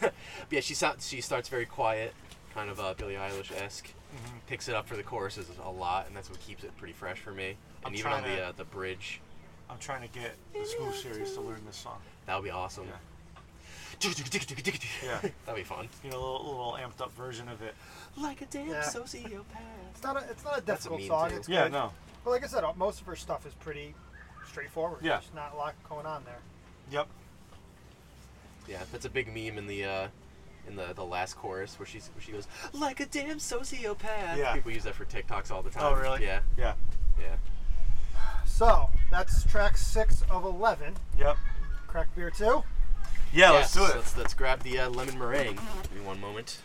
bop.
yeah, she sounds she starts very quiet, kind of uh, Billie Eilish esque.
Mm-hmm.
Picks it up for the choruses a lot, and that's what keeps it pretty fresh for me.
I'm
and even on
trying
the
to-
uh, the bridge,
I'm trying to get the school series to learn this song.
that would be awesome.
Yeah. Yeah.
That'd be fun.
You know, a little, little amped up version of it.
Like a damn
Yeah.
sociopath.
It's not a, it's not a
That's a
difficult
meme,
song.
too.
It's
Yeah,
good.
no.
But like I said, uh, most of her stuff is pretty straightforward.
Yeah.
There's not a lot going on there.
Yep.
Yeah, that's a big meme in the uh, in the, the last chorus where she's where she goes like a damn sociopath.
Yeah.
People use that for TikToks all the time.
Oh, really?
Yeah,
Yeah.
yeah.
So that's track six of eleven.
Yep.
Crack beer two.
Yeah,
Yes,
let's do it.
Let's, let's grab the uh, lemon meringue. Give me one moment.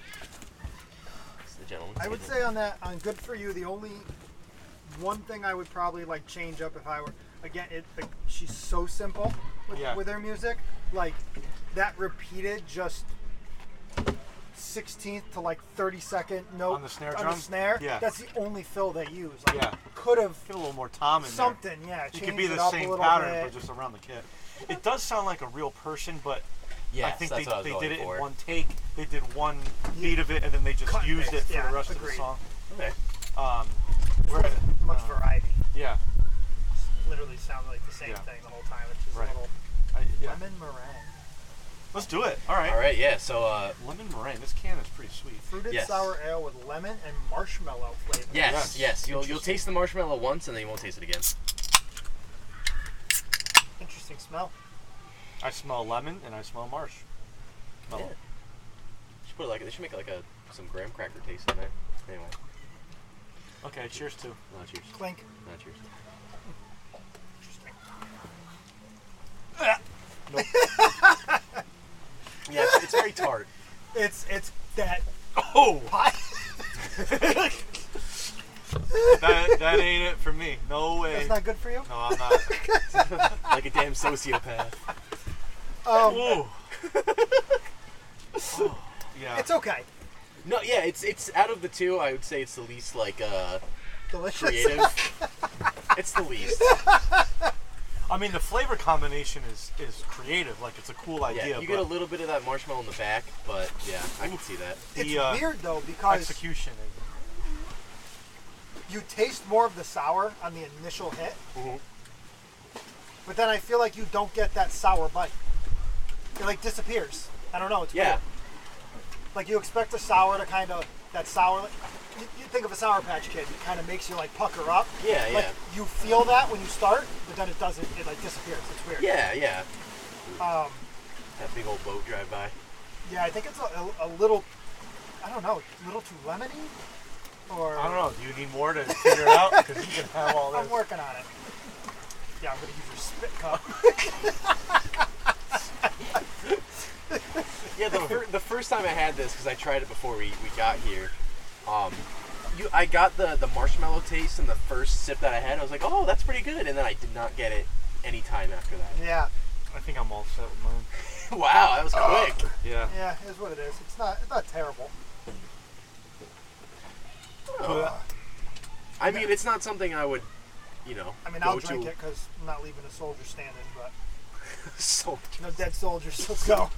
It's the gentleman.
I would say on that on Good for You, the only one thing I would probably like change up if I were again, it like, she's so simple with,
Yeah.
with her music, like that repeated just. 16th to like 30 second note
On the snare
on
drum?
the snare.
Yeah.
That's the only fill they use. Like,
Yeah.
Could have
Get a little more Tom in there.
something. Yeah.
It could
change
be
it
the
up a
same
little
pattern,
bit.
but just around the kit. It does sound like a real person, but
Yes,
I think
that's
they,
what I was
they
going
did it
for.
in one take. They did one beat of it, and then they just
Cut and
used it
paste,
for
yeah,
the rest
agreed.
of
Okay.
the song. Um,
There's
where-
not much
uh,
variety.
yeah,
Literally sound like the same
Yeah.
thing the whole time. It's just
Right.
a little
I, yeah.
lemon meringue,
Let's do it. All right.
All right. Yeah. So uh,
Lemon meringue. This can is pretty sweet.
fruited
Yes.
sour ale with lemon and marshmallow flavor.
yes,
Yes.
yes. You'll you'll
Interesting.
taste the marshmallow once and then you won't taste it again.
Interesting smell.
I smell lemon and I smell marsh. Smell.
Yeah. Should put like they should make like a some graham cracker taste in there. Anyway,
Okay. Cheers to.
not cheers.
Clink.
Not cheers.
Interesting.
Yeah, it's, it's very tart.
It's it's that
Oh,
pie.
that, that ain't it for me. No way.
That's not good for you.
no, I'm not.
like a damn sociopath.
Um,
Whoa. Oh, yeah.
it's okay.
No, yeah, it's it's out of the two, I would say it's the least like uh
Delicious.
creative. it's the least.
I mean, the flavor combination is is creative. Like, it's a cool
Yeah,
idea.
you get a
but
little bit of that marshmallow in the back, but yeah, I can see that.
It's
the, uh,
weird though because
execution. is-
you taste more of the sour on the initial hit,
Mm-hmm.
Mhm.
but then I feel like you don't get that sour bite. It like disappears. I don't know. It's
Yeah,
weird. Like you expect a sour to kind of that sour. You, you think of a Sour Patch Kid, it kind of makes you like pucker up.
Yeah,
Like
yeah.
you feel that when you start, but then it doesn't. It like disappears. It's weird.
yeah, yeah.
Um,
That big old boat drive by.
yeah, I think it's a, a, a little. I don't know, a little too lemony, or
I don't know. Do you need more to figure it out? Because you can have all
I'm
this.
working on it. Yeah, I'm gonna use your spit cup.
Yeah, the, fir- the first time I had this because I tried it before we, we got here. Um, you, I got the the marshmallow taste in the first sip that I had. I was like, oh, that's pretty good, and then I did not get it any time after that.
yeah,
I think I'm all set with mine.
wow, that was
Oh.
quick.
Yeah.
yeah, is what it is. It's not, it's not terrible. Uh,
Oh. I mean, it's not something I would, you know.
I mean,
go
I'll drink
to
it because I'm not leaving a soldier standing, but
So,
no dead soldiers. Let's go.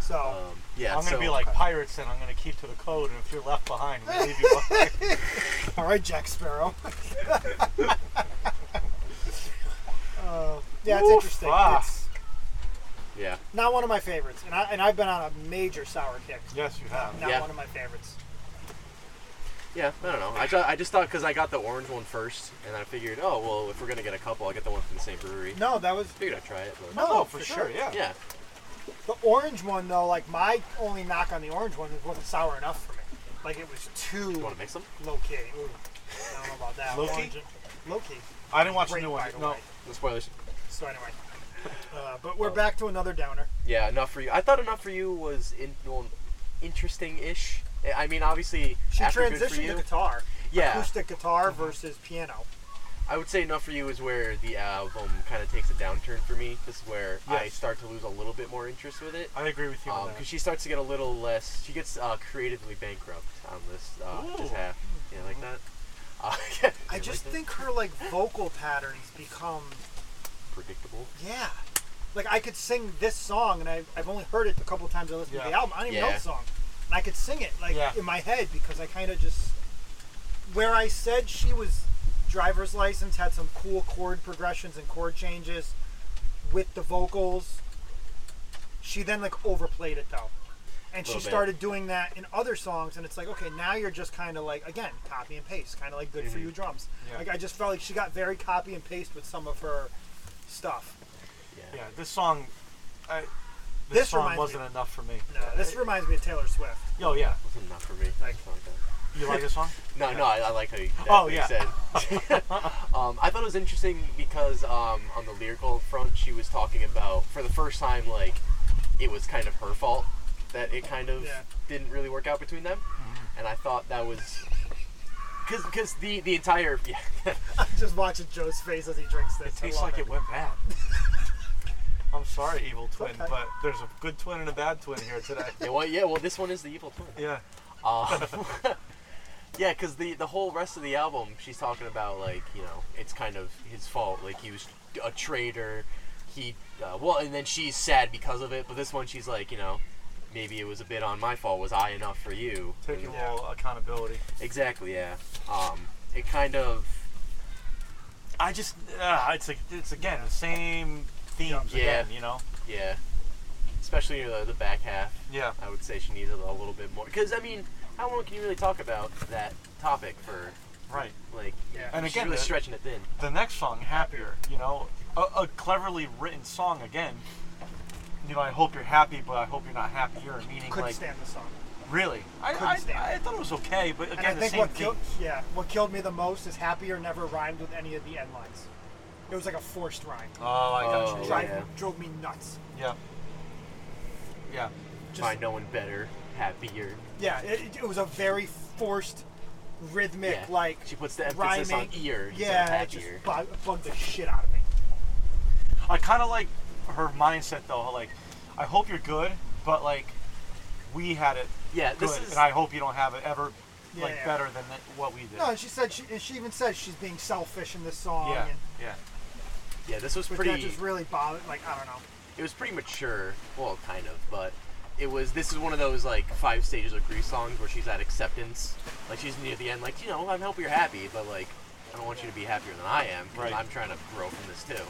So.
um, yeah,
I'm gonna
so-
be like pirates, and I'm gonna keep to the code. And if you're left behind, we leave you behind.
All right, Jack Sparrow. Uh, yeah, it's
Ooh,
interesting.
Ah.
fuck.
It's
yeah,
not one of my favorites, and I and I've been on a major sour kick.
Yes, you have.
Not
Yeah.
one of my favorites.
yeah. I don't know. I, ju- I just thought because I got the orange one first, and I figured, oh well, if we're gonna get a couple, I'll get the one from the same brewery.
No, that was
Figured I'd try it, but
no
Oh, for, sure. Yeah.
yeah,
The orange one though, like my only knock on the orange one is it wasn't sour enough for me. Like it was too
you want to mix them?
low key. Ooh, I don't know about that.
Low-key?
Orange and- Low key.
I didn't watch the
Great,
new one.
by the
No.
way.
No spoilers.
So anyway, uh, but
Oh.
we're back to another downer.
Yeah, enough for you. I thought enough for you was in, well, interesting-ish. I I mean, obviously,
She
after Good for
transitioned
you,
to guitar.
yeah, Mm-hmm.
Acoustic guitar versus piano.
I would say enough for you is where the album kind of takes a downturn for me. This is where I
Yes.
start to lose a little bit more interest with it.
I agree with you on
because
that.
she starts to get a little less. She gets uh, creatively bankrupt on this uh, this
Ooh.
half. Yeah, like that. Uh, yeah,
Mm-hmm. I
like
just
that.
think her like vocal patterns become
predictable.
yeah. Like I could sing this song and I've, I've only heard it a couple times I listened to the
Yeah.
album. I don't even know
Yeah.
the song. And I could sing it like
Yeah.
in my head because I kind of just where I said she was driver's license had some cool chord progressions and chord changes with the vocals. She then like overplayed it though, and she
Little bit.
started doing that in other songs, and it's like okay, now you're just kind of like again copy and paste, kind of like good for you drums.
Yeah.
Like I just felt like she got very copy and paste with some of her stuff.
Yeah, this song, I, this,
This
song
reminds
wasn't enough for me.
No, this reminds me of Taylor Swift.
Oh yeah,
Wasn't enough for me.
Like-
Something that.
you like this song?
no, no, I, I like how you. That
Oh,
what
yeah.
You said. um, I thought it was interesting because um, on the lyrical front, she was talking about for the first time, like it was kind of her fault that it kind of
Yeah.
didn't really work out between them, and I thought that was because because the the entire yeah,
I'm just watching Joe's face as he drinks this.
It
I
tastes
love
like it went bad. I'm sorry, evil twin,
okay.
but there's a good twin and a bad twin here today.
yeah, well, yeah, well, this one is the evil twin.
yeah.
Um, yeah, because the the whole rest of the album, she's talking about like you know it's kind of his fault. Like he was a traitor. He uh, well, and then she's sad because of it. But this one, she's like you know maybe it was a bit on my fault. Was I enough for you?
Taking
And-
a little accountability.
exactly. Yeah. Um, it kind of
I just, uh, it's a, it's again the same themes
Yeah.
again, you know.
yeah, especially the the back half.
Yeah.
I would say she needs a, a little bit more because I mean, how long can you really talk about that topic for?
Right.
Like,
Yeah.
And
she's
again,
really
the-
stretching it thin.
The next song, happier, you know, a, a cleverly written song again. You know, I hope you're happy, but I hope you're not happier. Meaning,
Couldn't
like,
stand the song.
really, I,
Couldn't
I,
stand it.
I thought it was okay, but again,
And I
the
think
same
what killed,
themes.
yeah, what killed me the most is happier never rhymed with any of the end lines. It was like a forced rhyme.
Oh, I got
Oh,
you.
Drive,
yeah.
drove me nuts.
Yeah. Yeah.
Just,
find no one better, happier.
Yeah, it, it was a very forced, rhythmic
Yeah.
like
She puts the emphasis
rhyming.
on ear instead of
Yeah, it just
happier.
bug, bugged the shit out of me.
I kind of like her mindset though. Like, I hope you're good, but like, we had it
Yeah,
good,
this is
and I hope you don't have it ever
Yeah,
like
yeah.
better than th- what we did.
No, and she said she, and she even said she's being selfish in this song.
yeah,
and,
yeah,
yeah, this was
but
pretty.
that just really bothered. Like I don't know.
It was pretty mature. Well, kind of, but it was. This is one of those like five stages of grief songs where she's at acceptance. Like she's near the end. Like you know, I hope you're happy, but like I don't want you to be happier than I am. 'cause
Right.
I'm trying to grow from this too.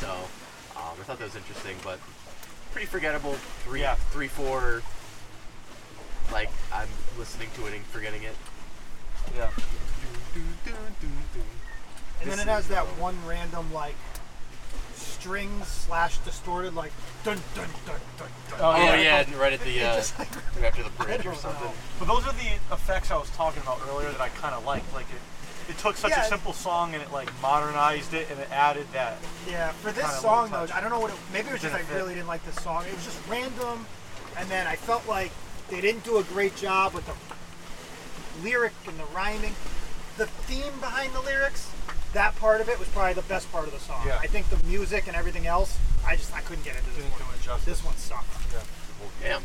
So um, I thought that was interesting, but pretty forgettable. Three,
Yeah.
three, four. Like I'm listening to it and forgetting it.
yeah.
And
This
then it
is,
has that
uh,
one random like strings slash distorted like dun dun dun dun dun.
Oh,
Oh
yeah.
yeah, right at the
It
uh,
just, like,
after the
I
bridge or
don't
something.
know.
But those are the effects I was talking about earlier that I kind of liked. Like, it, it took such
Yeah.
a simple song and it like modernized it and it added that.
Yeah, for this
Kinda
song
little
though,
touch.
I don't know what it. Maybe it was just I
Didn't fit.
really didn't like this song. It was just random, and then I felt like they didn't do a great job with the lyric and the rhyming. The theme behind the lyrics, that part of it was probably the best part of the song.
Yeah.
I think the music and everything else, I just I couldn't get into this
Didn't
one.
do it justice. Oh.
This one sucked.
Yeah.
Well, damn.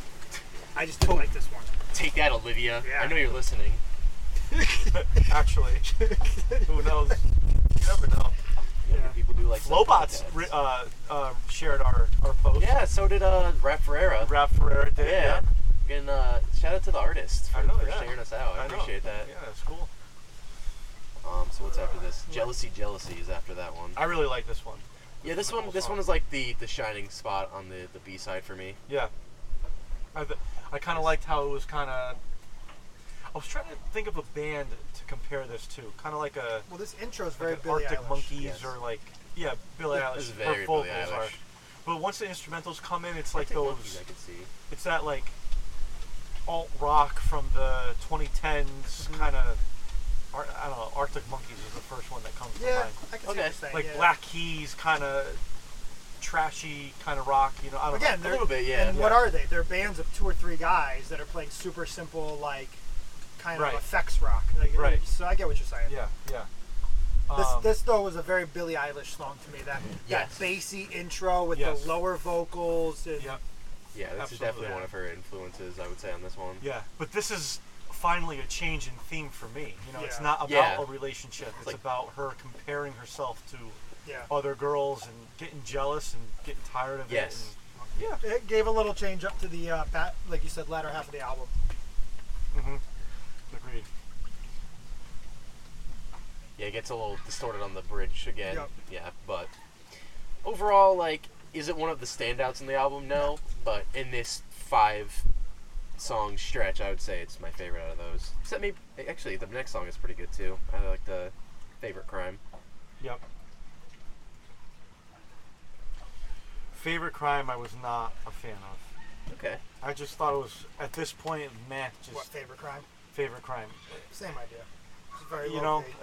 I just didn't like this one.
Take that, Olivia.
Yeah.
I know you're listening.
Actually, who knows? You never know.
Younger
Yeah.
People do like stuff like
Lobots
that.
ri- uh, uh, shared our our post.
Yeah, so did uh, Rap Ferreira.
Rap Ferreira did.
yeah. And uh, shout out to the artist for,
I know,
for
yeah.
sharing us out. I,
I know.
appreciate that.
Yeah, that's cool.
Um, so what's after this? Jealousy, jealousy is after that one.
I really like this one.
Yeah, this
Like a
one,
whole
this
song.
one is like the the shining spot on the the B side for me.
Yeah. I, th- I kind of liked how it was kind of. I was trying to think of a band to compare this to, kind of like a
Well, this intro is very
like an
Billy
Arctic
Eilish.
Monkeys
yes.
or like yeah, Billie
This
Eilish.
is
Her
very
vocals
Billie
are.
Eilish.
But once the instrumentals come in, it's like
Arctic
those.
Monkeys I could see.
It's that like alt rock from the 2010s
Mm-hmm.
kind of. I don't know. Arctic Monkeys is the first one that comes to
Yeah,
mind.
I can see what
Okay.
you're saying.
Like
yeah.
Black Keys, kind of trashy kind of rock. You know, I don't know.
Again, they're,
little bit, yeah.
And what
Yeah.
are they? They're bands of two or three guys that are playing super simple, like kind
Right.
of effects rock. Like,
Right.
So I get what you're saying.
Yeah, yeah.
This,
Um,
this though was a very Billie Eilish song to me. That
Yes.
that bassy intro with
Yes.
the lower vocals. And
Yep.
Yeah, this is
Absolutely.
definitely
Yeah.
one of her influences. I would say on this one.
Yeah, but this is finally a change in theme for me. You know, it's
Yeah.
not about
Yeah.
a relationship. It's
like-
about her comparing herself to
yeah.
other girls and getting jealous and getting tired of
Yes.
it. and-
It gave a little change up to the uh, bat, like you said, latter half of the album.
Yeah. hmm Agreed.
Yeah, it gets a little distorted on the bridge again.
Yep.
Yeah, but overall, like is it one of the standouts in the album? No, but in this five song stretch, I would say it's my favorite out of those. Except maybe actually the next song is pretty good too. I like the favorite crime.
Yep. Favorite crime I was not a fan of.
Okay.
I just thought it was at this point meh, just
What favorite crime?
favorite crime.
Same idea. It's very
you know,
low-key.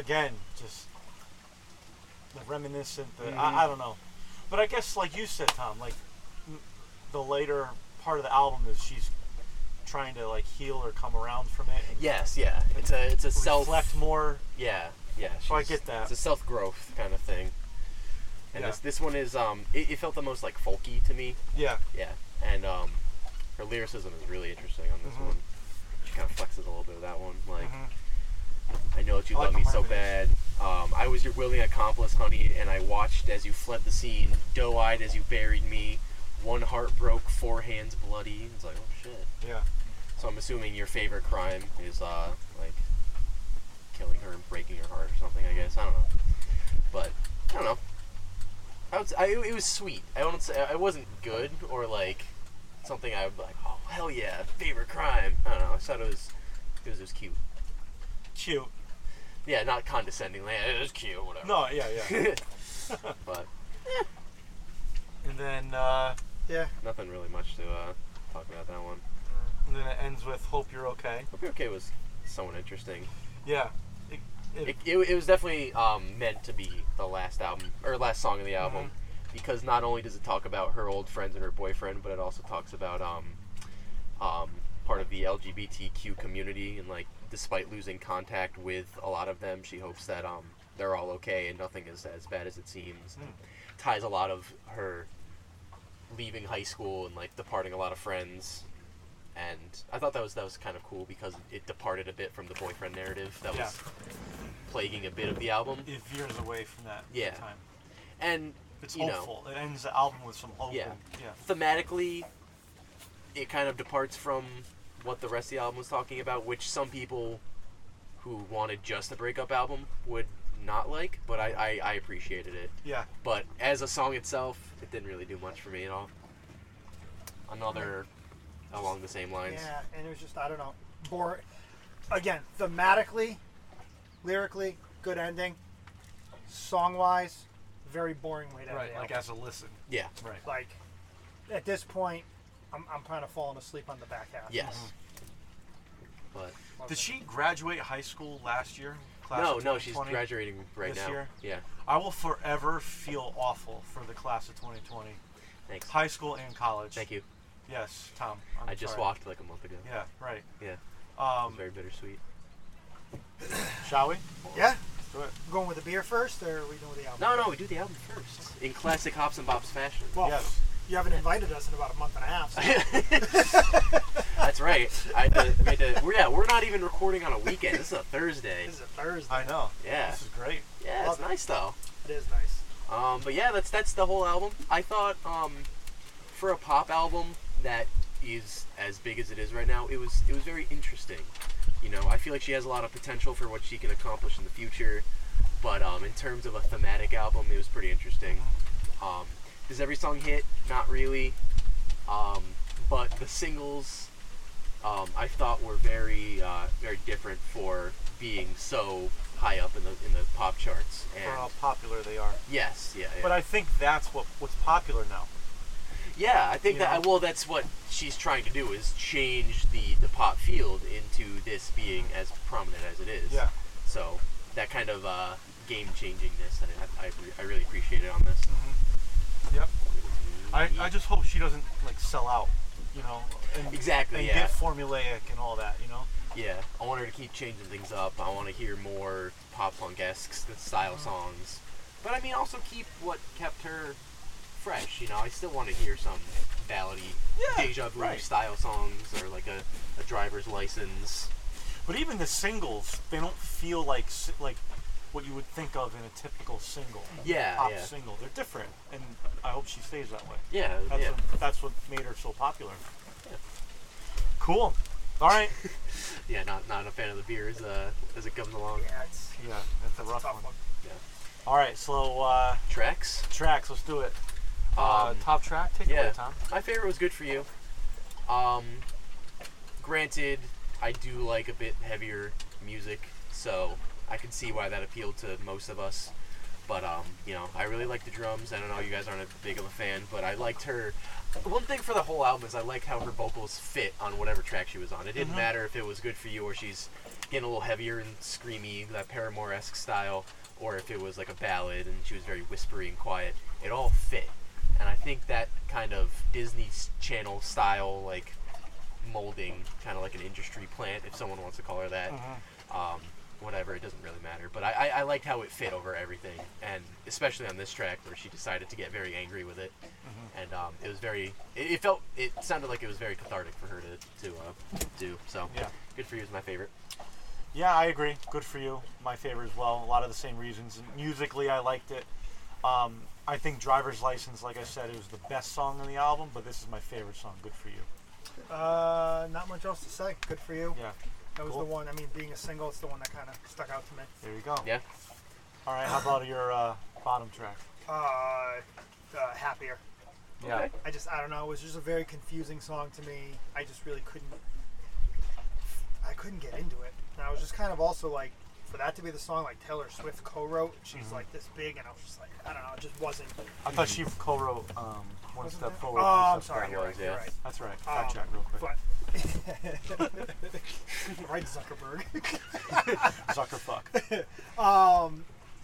again, just the reminiscent. The, I, I don't know, but I guess like you said, Tom, like m- the later part of the album is she's trying to like heal or come around from it and
Yes, yeah. It's a it's a self
reflect more.
Yeah, yeah.
So I
she's-
get that.
It's a self growth kind of thing. And
Yeah.
this this one is um it, it felt the most like folky to me.
Yeah,
Yeah. And um her lyricism is really interesting on this
Mhm.
one. She kind of flexes a little bit of that one. Like
Mhm.
I know that you
I like
love me
the
so bad.
harmonies.
Um, I was your willing accomplice, honey, and I watched as you fled the scene, doe-eyed as you buried me. One heart broke, four hands bloody. It's like, oh shit.
yeah.
So I'm assuming your favorite crime is uh like killing her and breaking her heart or something. I guess I don't know, but I don't know. I, would, s- I it was sweet. I don't say I wasn't good or like something I would be like. Oh hell yeah, favorite crime. I don't know. I just thought it was it was, it was cute.
Cute.
Yeah, not condescendingly. It was cute. Whatever.
No, yeah, yeah.
but
and then uh,
Yeah.
nothing really much to uh, talk about that one.
and then it ends with "Hope you're okay."
Hope you're okay was somewhat interesting.
Yeah. It, it,
it, it, it was definitely um, meant to be the last album or last song of the album because not only does it talk about her old friends and her boyfriend but it also talks about um, um, part of the lgbtq community and like despite losing contact with a lot of them she hopes that um, they're all okay and nothing is as bad as it seems and ties a lot of her leaving high school and like departing a lot of friends and I thought that was that was kind of cool because it departed a bit from the boyfriend narrative that
Yeah.
was plaguing a bit of the album.
it veers away from that
Yeah.
time.
And
It's
you know,
hopeful. It ends the album with some hope.
Yeah.
and- yeah.
thematically, it kind of departs from what the rest of the album was talking about, which some people who wanted just a breakup album would not like. But I, I, I appreciated it.
Yeah.
But as a song itself, it didn't really do much for me at all. Another along the same lines.
Yeah, and it was just I don't know, bore. Again, thematically, lyrically, good ending. Song wise, very boring way to end
Right.
the
Like
album.
as a listen.
Yeah.
Right.
like at this point, I'm, I'm kind of falling asleep on the back half.
Mm-hmm.
Yes. But
Did she graduate high school last year? Class
no,
of
no, she's
2020?
graduating right
this
now.
year?
Yeah.
I will forever feel awful for the class of 2020,
Thanks.
high school and college.
Thank you.
Yes, Tom. I'm
i just
sorry.
walked like a month ago.
Yeah, right.
Yeah.
Um,
Very bittersweet.
shall we?
Yeah.
Do it.
Going with the beer first, or are we doing the album?
No, no, we do the album first in classic hops and bops fashion.
Well,
Yes.
you haven't invited us in about a month and a half. So
That's right. I had to, we had to, we're, yeah, we're not even recording on a weekend. This is a Thursday.
this is a Thursday.
I know.
Yeah.
This is great.
Yeah,
Love
it's
it.
nice though.
It is nice.
Um, but yeah, that's that's the whole album. I thought um, for a pop album that is as big as it is right now, it was it was very interesting. You know, I feel like she has a lot of potential for what she can accomplish in the future. But um, in terms of a thematic album, it was pretty interesting. Um, does every song hit? Not really. Um, but the singles um, I thought were very uh, very different for being so high up in the in the pop charts.
For
And
how popular they are.
yes, yeah. yeah.
But I think that's what what's popular now.
Yeah, I think
You
that
know?
well, that's what she's trying to do is change the the pop field into this being as prominent as it is.
Yeah.
So that kind of uh, game changingness that I, I, re- I really appreciated on this.
Mm-hmm. Yep. I, I just hope she doesn't like sell out, you know, and,
Exactly,
and
yeah.
get formulaic and all that, you know.
Yeah, I want her to keep changing things up. I want to hear more pop punk esque style
Mm-hmm.
songs, but I mean also keep what kept her fresh. You know, I still want to hear some ballady,
Yeah,
deja vu
right.
style songs or like a, a driver's license.
But even the singles, they don't feel like s- like what you would think of in a typical single.
Yeah,
pop
yeah.
single. They're different, and I hope she stays that way.
Yeah,
That's
yeah.
what, that's what made her so popular. Cool. All right.
Yeah, not not a fan of the beer as uh, as it comes along.
Yeah, it's
yeah, that's a rough
tough
one.
one.
Yeah.
All right, so uh,
Tracks.
tracks. Let's do it. Uh,
Um,
top track, take it
yeah.
away, Tom.
My favorite was good for you. Um, granted, I do like a bit heavier music, so I can see why that appealed to most of us. But um, you know, I really like the drums. I don't know, you guys aren't a big of a fan, but I liked her. One thing for the whole album is I like how her vocals fit on whatever track she was on. It didn't matter if it was good for you or she's getting a little heavier and screamy, that Paramore-esque style, or if it was like a ballad and she was very whispery and quiet. It all fit, and I think that kind of Disney s- Channel style, like molding, kind of like an industry plant, if someone wants to call her that. Um, whatever, it doesn't really matter. But I, I, I liked how it fit over everything, and especially on this track where she decided to get very angry with it, and um, it was very. It, it felt. It sounded like it was very cathartic for her to to uh, do. So
Yeah.
good for you is my favorite.
Yeah, I agree. Good for you. My favorite as well. A lot of the same reasons. Musically, I liked it. Um, I think Driver's License, like I said, it was the best song on the album, but this is my favorite song. Good for you.
Uh, not much else to say. Good for you.
Yeah,
That was
cool.
the one. I mean, being a single, it's the one that kind of stuck out to me.
there you go.
Yeah.
All right, how about your uh, bottom track?
Uh, uh, happier.
Yeah.
Okay.
I just I don't know. It was just a very confusing song to me. I just really couldn't. I couldn't get into it. And I was just kind of also like, for that to be the song like Taylor Swift co-wrote, she's
Mm-hmm.
like this big, and I was just like, I don't know, it just wasn't.
I thought she co-wrote um, One
wasn't
Step
there.
Forward.
Oh,
Three
I'm
Steps
sorry.
Back.
You're right.
was,
You're
yeah.
right.
That's right.
Um,
Fact check real quick.
But right, Zuckerberg.
Zucker fuck.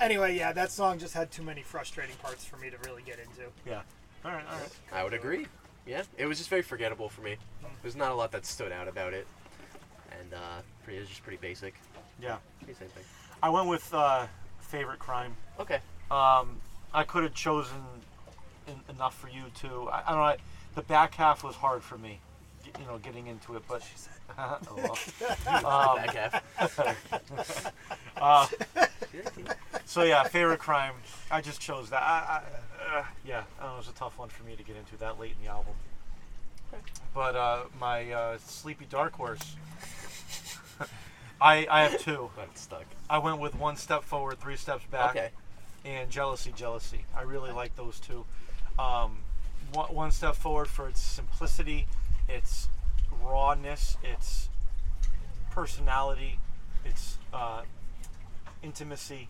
anyway, yeah, that song just had too many frustrating parts for me to really get into.
Yeah. All right. All right.
I would agree. Yeah, it was just very forgettable for me. There's not a lot that stood out about it, and uh, pretty, it was just pretty basic.
Yeah.
Pretty same thing.
I went with uh, favorite crime.
Okay.
Um, I could have chosen en- enough for you too. I, I don't know. I, the back half was hard for me, y- you know, getting into it. But oh, well.
Back half.
so yeah, favorite crime. I just chose that. I, I, uh, yeah, I don't know, it was a tough one for me to get into that late in the album. But uh, my uh, sleepy dark horse. I, I have two.
but it's stuck.
I went with one step forward, three steps back.
Okay.
and Jealousy, Jealousy. I really like those two. Um, one, one step forward for its simplicity, its rawness, its personality, its uh, intimacy.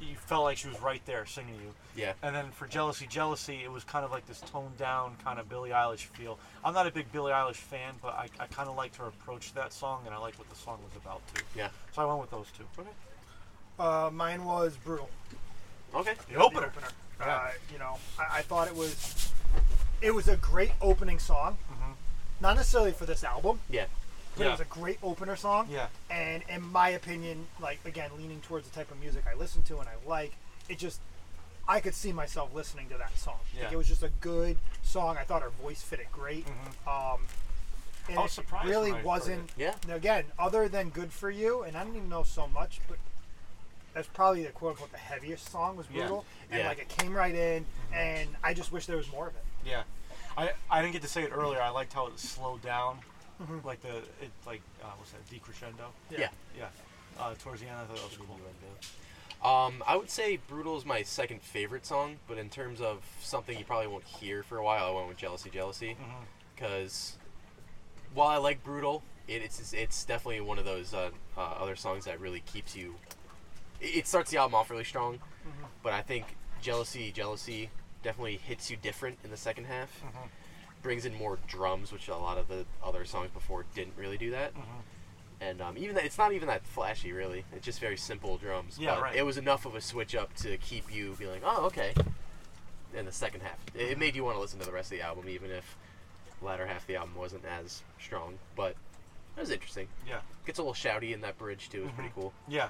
You felt like she was right there singing you.
Yeah.
And then for Jealousy, Jealousy, it was kind of like this toned down kind of Billie Eilish feel. I'm not a big Billie Eilish fan, but I, I kind of liked her approach to that song, and I liked what the song was about too.
Yeah.
So I went with those two.
Okay.
Uh, mine was brutal.
Okay.
The opener.
opener. Uh,
Yeah.
you know, I, I thought it was it was a great opening song.
Mm-hmm.
Not necessarily for this album,
Yeah.
but
Yeah.
it was a great opener song.
Yeah.
And in my opinion, like again, leaning towards the type of music I listen to and I like, it just I could see myself listening to that song. Like,
Yeah.
it was just a good song. I thought her voice fit it great. Um, and
Mm-hmm. I was
it
surprised
really
when I heard
wasn't.
it. Yeah.
now, Again, other than "Good for You," and I don't even know so much, but that's probably the quote unquote the heaviest song was
Yeah. Mm-hmm.
brutal, and
Yeah.
like it came right in, and I just wish there was more of it.
Yeah, I I didn't get to say it earlier. I liked how it slowed down, like the it like uh, what's that decrescendo?
Yeah.
Yeah, uh, towards the end I thought that was cool.
Um, I would say Brutal is my second favorite song, but in terms of something you probably won't hear for a while, I went with Jealousy, Jealousy, because while I like Brutal, it, it's it's definitely one of those uh, uh, other songs that really keeps you. It, it starts the album off really strong,
Mm-hmm.
but I think Jealousy, Jealousy definitely hits you different in the second half.
Mm-hmm.
Brings in more drums, which a lot of the other songs before didn't really do that.
Mm-hmm.
And um, even that, it's not even that flashy, really. It's just very simple drums.
Yeah,
but
right.
It was enough of a switch up to keep you being like, oh, okay. In the second half, it,
Mm-hmm.
it made you want to listen to the rest of the album, even if latter half of the album wasn't as strong. But it was interesting.
Yeah,
Gets a little shouty in that bridge too. It was
Mm-hmm.
pretty cool.
yeah,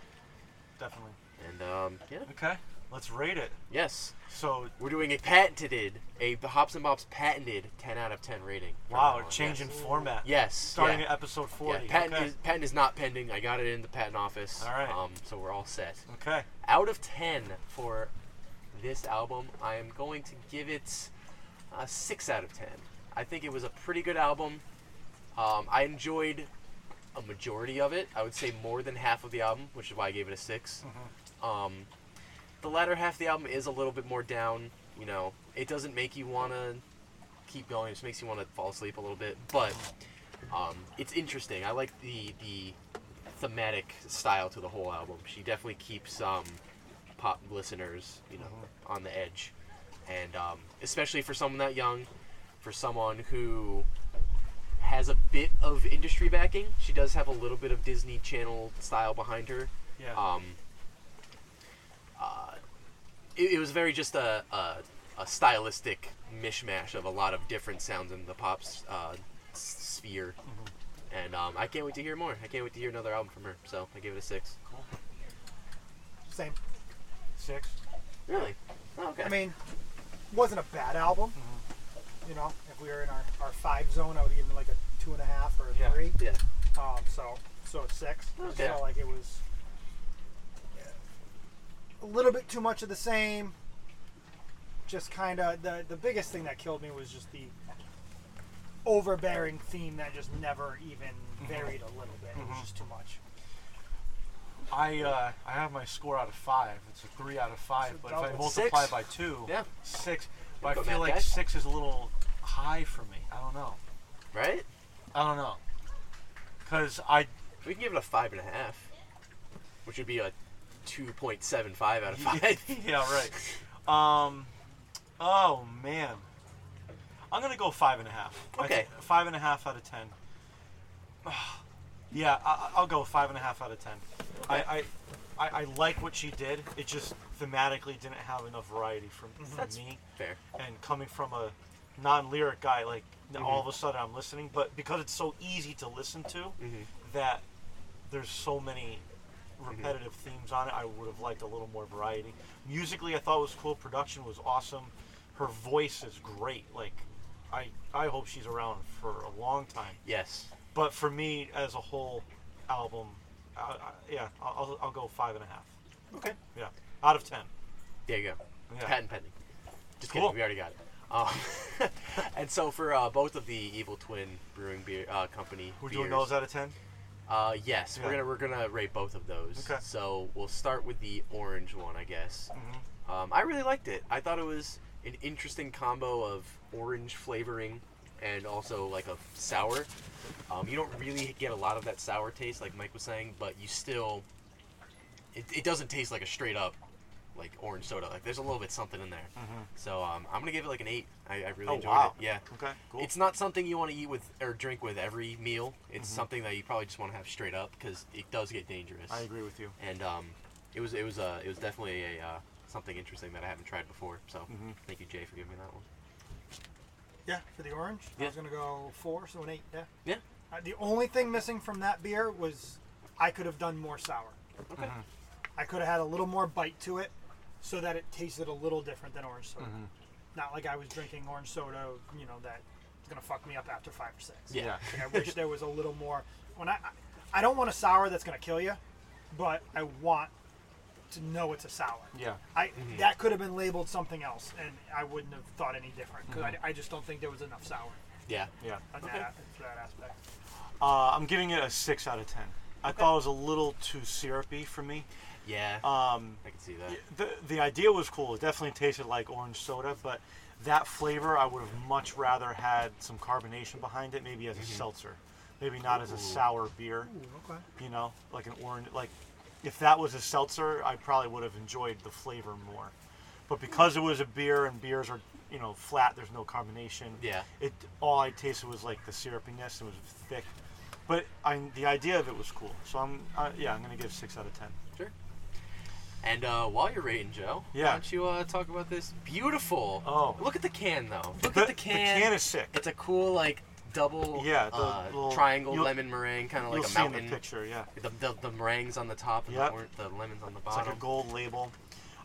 definitely.
And um, yeah,
Okay, let's rate it.
yes,
So
we're doing a patented, a the Hops and Bops patented ten out of ten rating. from
wow,
now
we're
on.
changing
Yes.
format.
Yes.
starting
yeah.
at episode
Yeah,
forty.
patent,
okay.
is, patent is not pending. I got it in the patent office.
All right.
Um, so we're all set.
okay.
Out of 10 for this album, I am going to give it a 6 out of 10. I think it was a pretty good album. Um, I enjoyed a majority of it. I would say more than half of the album, which is why I gave it a 6. Um, the latter half of the album is a little bit more down. You know, it doesn't make you want to keep going. It just makes you want to fall asleep a little bit. But um, it's interesting. I like the the thematic style to the whole album. She definitely keeps um, pop listeners, you know, on the edge, and um, especially for someone that young, for someone who has a bit of industry backing. She does have a little bit of Disney Channel style behind her.
Yeah.
Um, uh, it, it was very just a, a, a stylistic mishmash of a lot of different sounds in the pop s- uh, s- sphere.
Mm-hmm.
And um, I can't wait to hear more. I can't wait to hear another album from her. So I give it a six.
Same.
Six.
Really? Oh, okay.
I mean, wasn't a bad album. You know, if we were in our, our five zone, I would have given it like a two and a half or a
Yeah.
three.
yeah.
Um, so so it's six.
Okay.
So like it was a little bit too much of the same. Just kind of the the biggest thing that killed me was just the overbearing theme that just never even varied a little bit. It was just too much.
I uh, I have my score out of five. It's a three out of five.
So
but if I
double.
multiply
Six.
by two,
Yeah.
six. But I
go,
feel
Matt
like
guy.
six is a little high for me. I don't know.
Right?
I don't know. Cause I
We can give it a five and a half, which would be a 2.75 out of five.
yeah right. Um, oh man. I'm gonna go five and a half. I
Okay.
thi- five and a half out of ten. yeah, I, I- I'll go five and a half out of ten. I, I, I, I like what she did. It just thematically didn't have enough variety for, for
That's-
me.
Fair.
and coming from a non-lyric guy like n
Mm-hmm.
all of a sudden i'm listening but because it's so easy to listen to
Mm-hmm.
that there's so many repetitive themes on it i would have liked a little more variety musically i thought it was cool production was awesome her voice is great like i i hope she's around for a long time
Yes.
but for me as a whole album I, I, yeah I'll, I'll- I'll go five and a half
Okay.
yeah out of ten
There you go.
Yeah.
Patent pending. Just
Cool.
kidding. We already got it. Um, and so for uh, both of the Evil Twin Brewing Beer uh, Company,
we're
beers,
doing those out of ten
Uh, yes, we're
Yeah.
gonna we're gonna rate both of those.
Okay.
So we'll start with the orange one, I guess.
Mm-hmm.
Um, I really liked it. I thought it was an interesting combo of orange flavoring and also like a sour. Um, you don't really get a lot of that sour taste, like Mike was saying, but you still it, it doesn't taste like a straight up like orange soda. Like there's a little bit something in there. So um, I'm gonna give it like an eight. I, I really
Mm-hmm. Oh,
enjoyed
wow.
it. Yeah.
okay cool
It's not something you want to eat with or drink with every meal. It's
Mm-hmm.
something that you probably just want to have straight up because it does get dangerous.
i agree with you
And um, it was it was uh, it was definitely a uh, something interesting that I haven't tried before. So
Mm-hmm.
thank you, Jay, for giving me that one.
Yeah. For the orange, I
Yeah.
was gonna go four, so an eight. Yeah.
Yeah.
Uh, the only thing missing from that beer was I could have done more sour.
Okay.
I could have had a little more bite to it so that it tasted a little different than orange soda.
Mm-hmm.
Not like I was drinking orange soda, you know, that is going to fuck me up after five or six.
Yeah.
Like, I wish there was a little more. When I, I don't want a sour that's going to kill you, but I want to know it's a sour.
yeah
I that could have been labeled something else, and I wouldn't have thought any different because
Mm-hmm.
I, I just don't think there was enough sour
Yeah.
yeah
on that, for that aspect.
Uh, I'm giving it a six out of ten. I thought it was a little too syrupy for me.
Yeah.
Um,
I can see that.
the the idea was cool. It definitely tasted like orange soda, but that flavor I would have much rather had some carbonation behind it, maybe as a seltzer, maybe not as a sour beer.
okay.
You know, like an orange. Like if that was a seltzer, I probably would have enjoyed the flavor more. But because it was a beer and beers are you know flat, there's no carbonation.
Yeah.
It all I tasted was like the syrupiness. It was thick, but I, the idea of it was cool. So I'm uh, yeah, I'm gonna give six out of ten.
Sure. And uh, while you're rating, Joe,
Yeah.
why don't you uh, talk about this beautiful?
Oh.
look at the can though. Look
The-
at the can.
The can is sick.
It's a cool like double
Yeah, the
uh,
little-
triangle
you'll-
lemon meringue, kind of
You'll
like a
see
mountain.
in the picture. Yeah,
The, the, the meringues on the top and
Yep.
the, or- the lemons on the
it's
bottom.
like a gold label.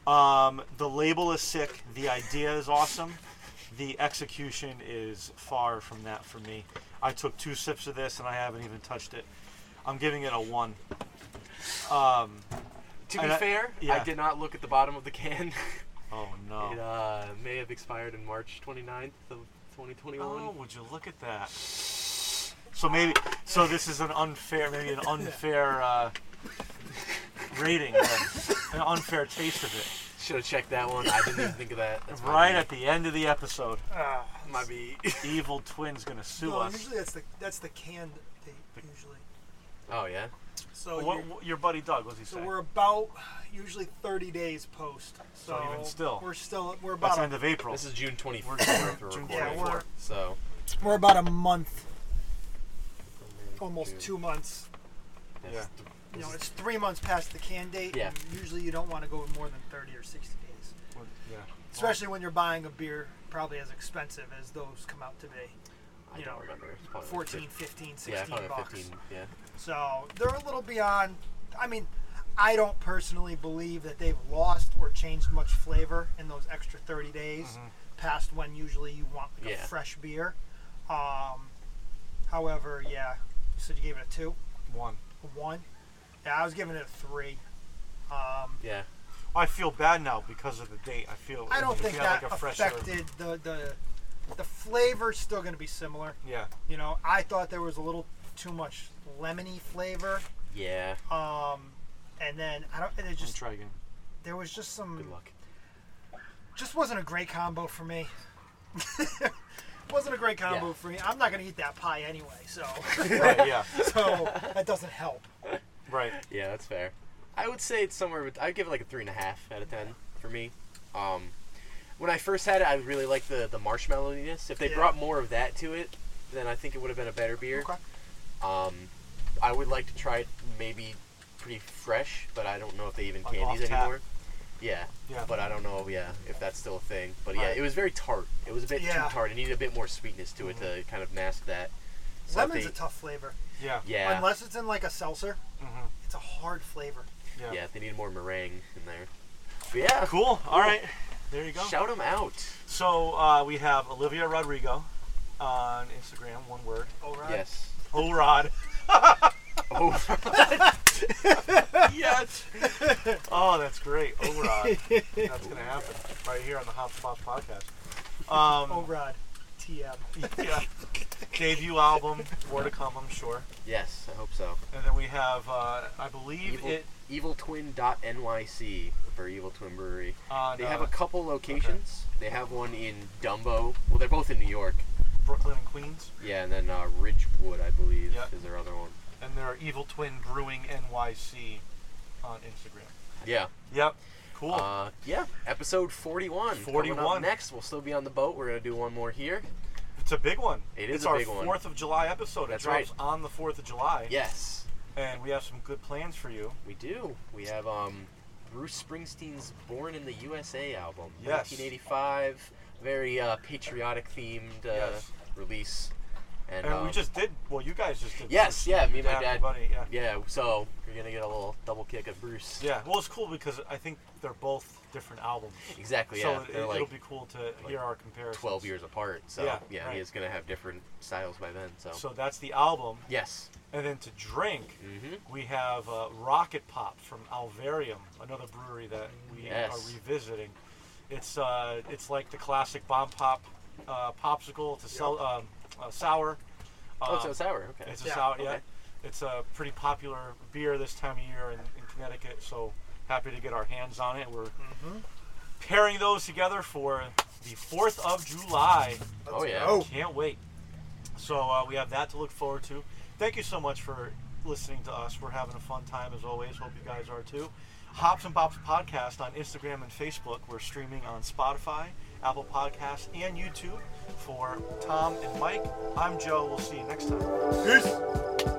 Um, the label is sick. The idea is awesome. The execution is far from that for me. I took two sips of this and I haven't even touched it. I'm giving it a one.
to be
and I-
fair,
yeah.
I did not look at the bottom of the can.
Oh no.
It uh, may have expired in March 29th of 2021.
Oh, would you look at that? So maybe, so this is an unfair, maybe an unfair uh, rating, then. an unfair taste of it.
Should have checked that one. I didn't even think of that. That's my
right
bad.
at the end of the episode,
Uh,
might be.
evil twin's gonna sue
No,
us.
usually that's the that's the canned date usually.
Oh yeah.
So
what,
you're-
what- your buddy Doug, what's he
so
saying?
we're about usually 30 days post. So,
even still.
we're still we're about
That's
a,
end of April.
This is June 24th. We're
June
recording.
yeah we're
So.
We're about a month,
June.
almost two months.
That's
Yeah.
th-
you know it's three months past the can date.
Yeah.
and usually you don't want to go more than 30 or 60 days,
yeah.
especially when you're buying a beer probably as expensive as those come out to be.
I
you
don't
know,
remember. It's probably like 15
14, 15,
Yeah,
16
probably about
bucks.
15. Yeah.
So they're a little beyond. I mean, I don't personally believe that they've lost or changed much flavor in those extra 30 days
Mm-hmm.
past when usually you want like
Yeah.
a fresh beer. Um, however, yeah, you said you gave it a two,
One.
a one. Yeah, I was giving it a three. Um,
Yeah.
I feel bad now because of the date. I feel.
I don't
if
think
you had,
that
like, a fresher-
affected the the the flavor's still going to be similar.
Yeah.
You know, I thought there was a little too much lemony flavor.
Yeah.
Um, and then I don't. It
Just
just
try again.
there was just some
Good luck.
just wasn't a great combo for me. wasn't a great combo
Yeah.
for me. I'm not gonna eat that pie anyway, so
right. Yeah.
so that doesn't help.
Right.
Yeah, that's fair. I would say it's somewhere. bet- I'd give it like a three and a half out of ten for me. Um, when I first had it, I really liked the the marshmallowiness. If they
Yeah.
brought more of that to it, then I think it would have been a better beer.
Okay.
Um, I would like to try it maybe pretty fresh, but I don't know if they even
Like
can
off
these
tap.
anymore. Yeah,
Yeah.
but I don't know. Yeah, if that's still a thing. But yeah,
Right.
it was very tart. It was a bit
Yeah.
too tart. It needed a bit more sweetness to
Mm-hmm.
it to kind of mask that. So if
Lemon's
they-
a tough flavor.
yeah.
Yeah. Mm-hmm.
Unless it's in like a seltzer,
Mhm.
it's a hard flavor.
Yeah.
yeah, if they need more meringue in there. But yeah,
Cool. All right. There you go.
Shout them out.
So uh, we have Olivia Rodrigo on Instagram. One word.
Oh right.
Yes.
Oh, Rod.
Oh,
yes. oh, that's great. Oh, Rod. That's gonna happen right here on the Hot Spots podcast. Um,
Oh Rod. TM.
yeah. Debut album, more to come, I'm sure.
yes, I hope so.
And then we have, uh, I believe
Evil,
it
eviltwin.nyc for Evil Twin Brewery.
on
They have
uh,
a couple locations. They have one in Dumbo. Well, they're both in New York.
Brooklyn and Queens,
Yeah, and then uh, Ridgewood, I believe,
Yeah.
is their other one.
and there are Evil Twin Brewing NYC on Instagram.
Yeah.
Yep. Cool.
Uh, yeah. Episode 41. coming up
41.
next, we'll still be on the boat. We're going to do one more here.
it's a big one.
It is
it's
a
our
big one.
Fourth of July episode.
That's
it drops
right.
on the Fourth of July.
Yes,
And we have some good plans for you.
we do. We have um, Bruce Springsteen's Born in the USA album.
Yes.
1985. Very uh, patriotic themed uh,
Yes.
release. And,
And we
um,
just did. Well, you guys just did.
Yes,
Bruce,
yeah, me and my
Dad
dad.
Buddy, yeah.
Yeah, so you're gonna get a little double kick of Bruce.
Yeah. Well, it's cool because I think they're both different albums.
exactly. Yeah,
so it,
they're
it'll
like
be cool to hear our comparison.
12 years apart. So yeah,
Yeah,
he
right.
is gonna have different styles by then. So,
So that's the album.
yes,
And then to drink,
hmm
we have uh, Rocket Pop from Alvarium, another brewery that we
Yes.
are revisiting. It's uh, it's like the classic bomb pop uh, popsicle. It's a, sel- um, a sour.
oh, so
Um,
it's sour. Okay.
it's a
Yeah,
sour. Yeah,
okay.
it's a pretty popular beer this time of year in, in Connecticut. So happy to get our hands on it. We're
Mm-hmm.
pairing those together for the Fourth of July.
oh yeah.
go.
Can't wait. So uh, we have that to look forward to. Thank you so much for listening to us. We're having a fun time as always. Hope you guys are too. Hops and Bops podcast on Instagram and Facebook. We're streaming on Spotify, Apple Podcasts, and YouTube. For Tom and Mike, I'm Joe. We'll see you next time.
Peace.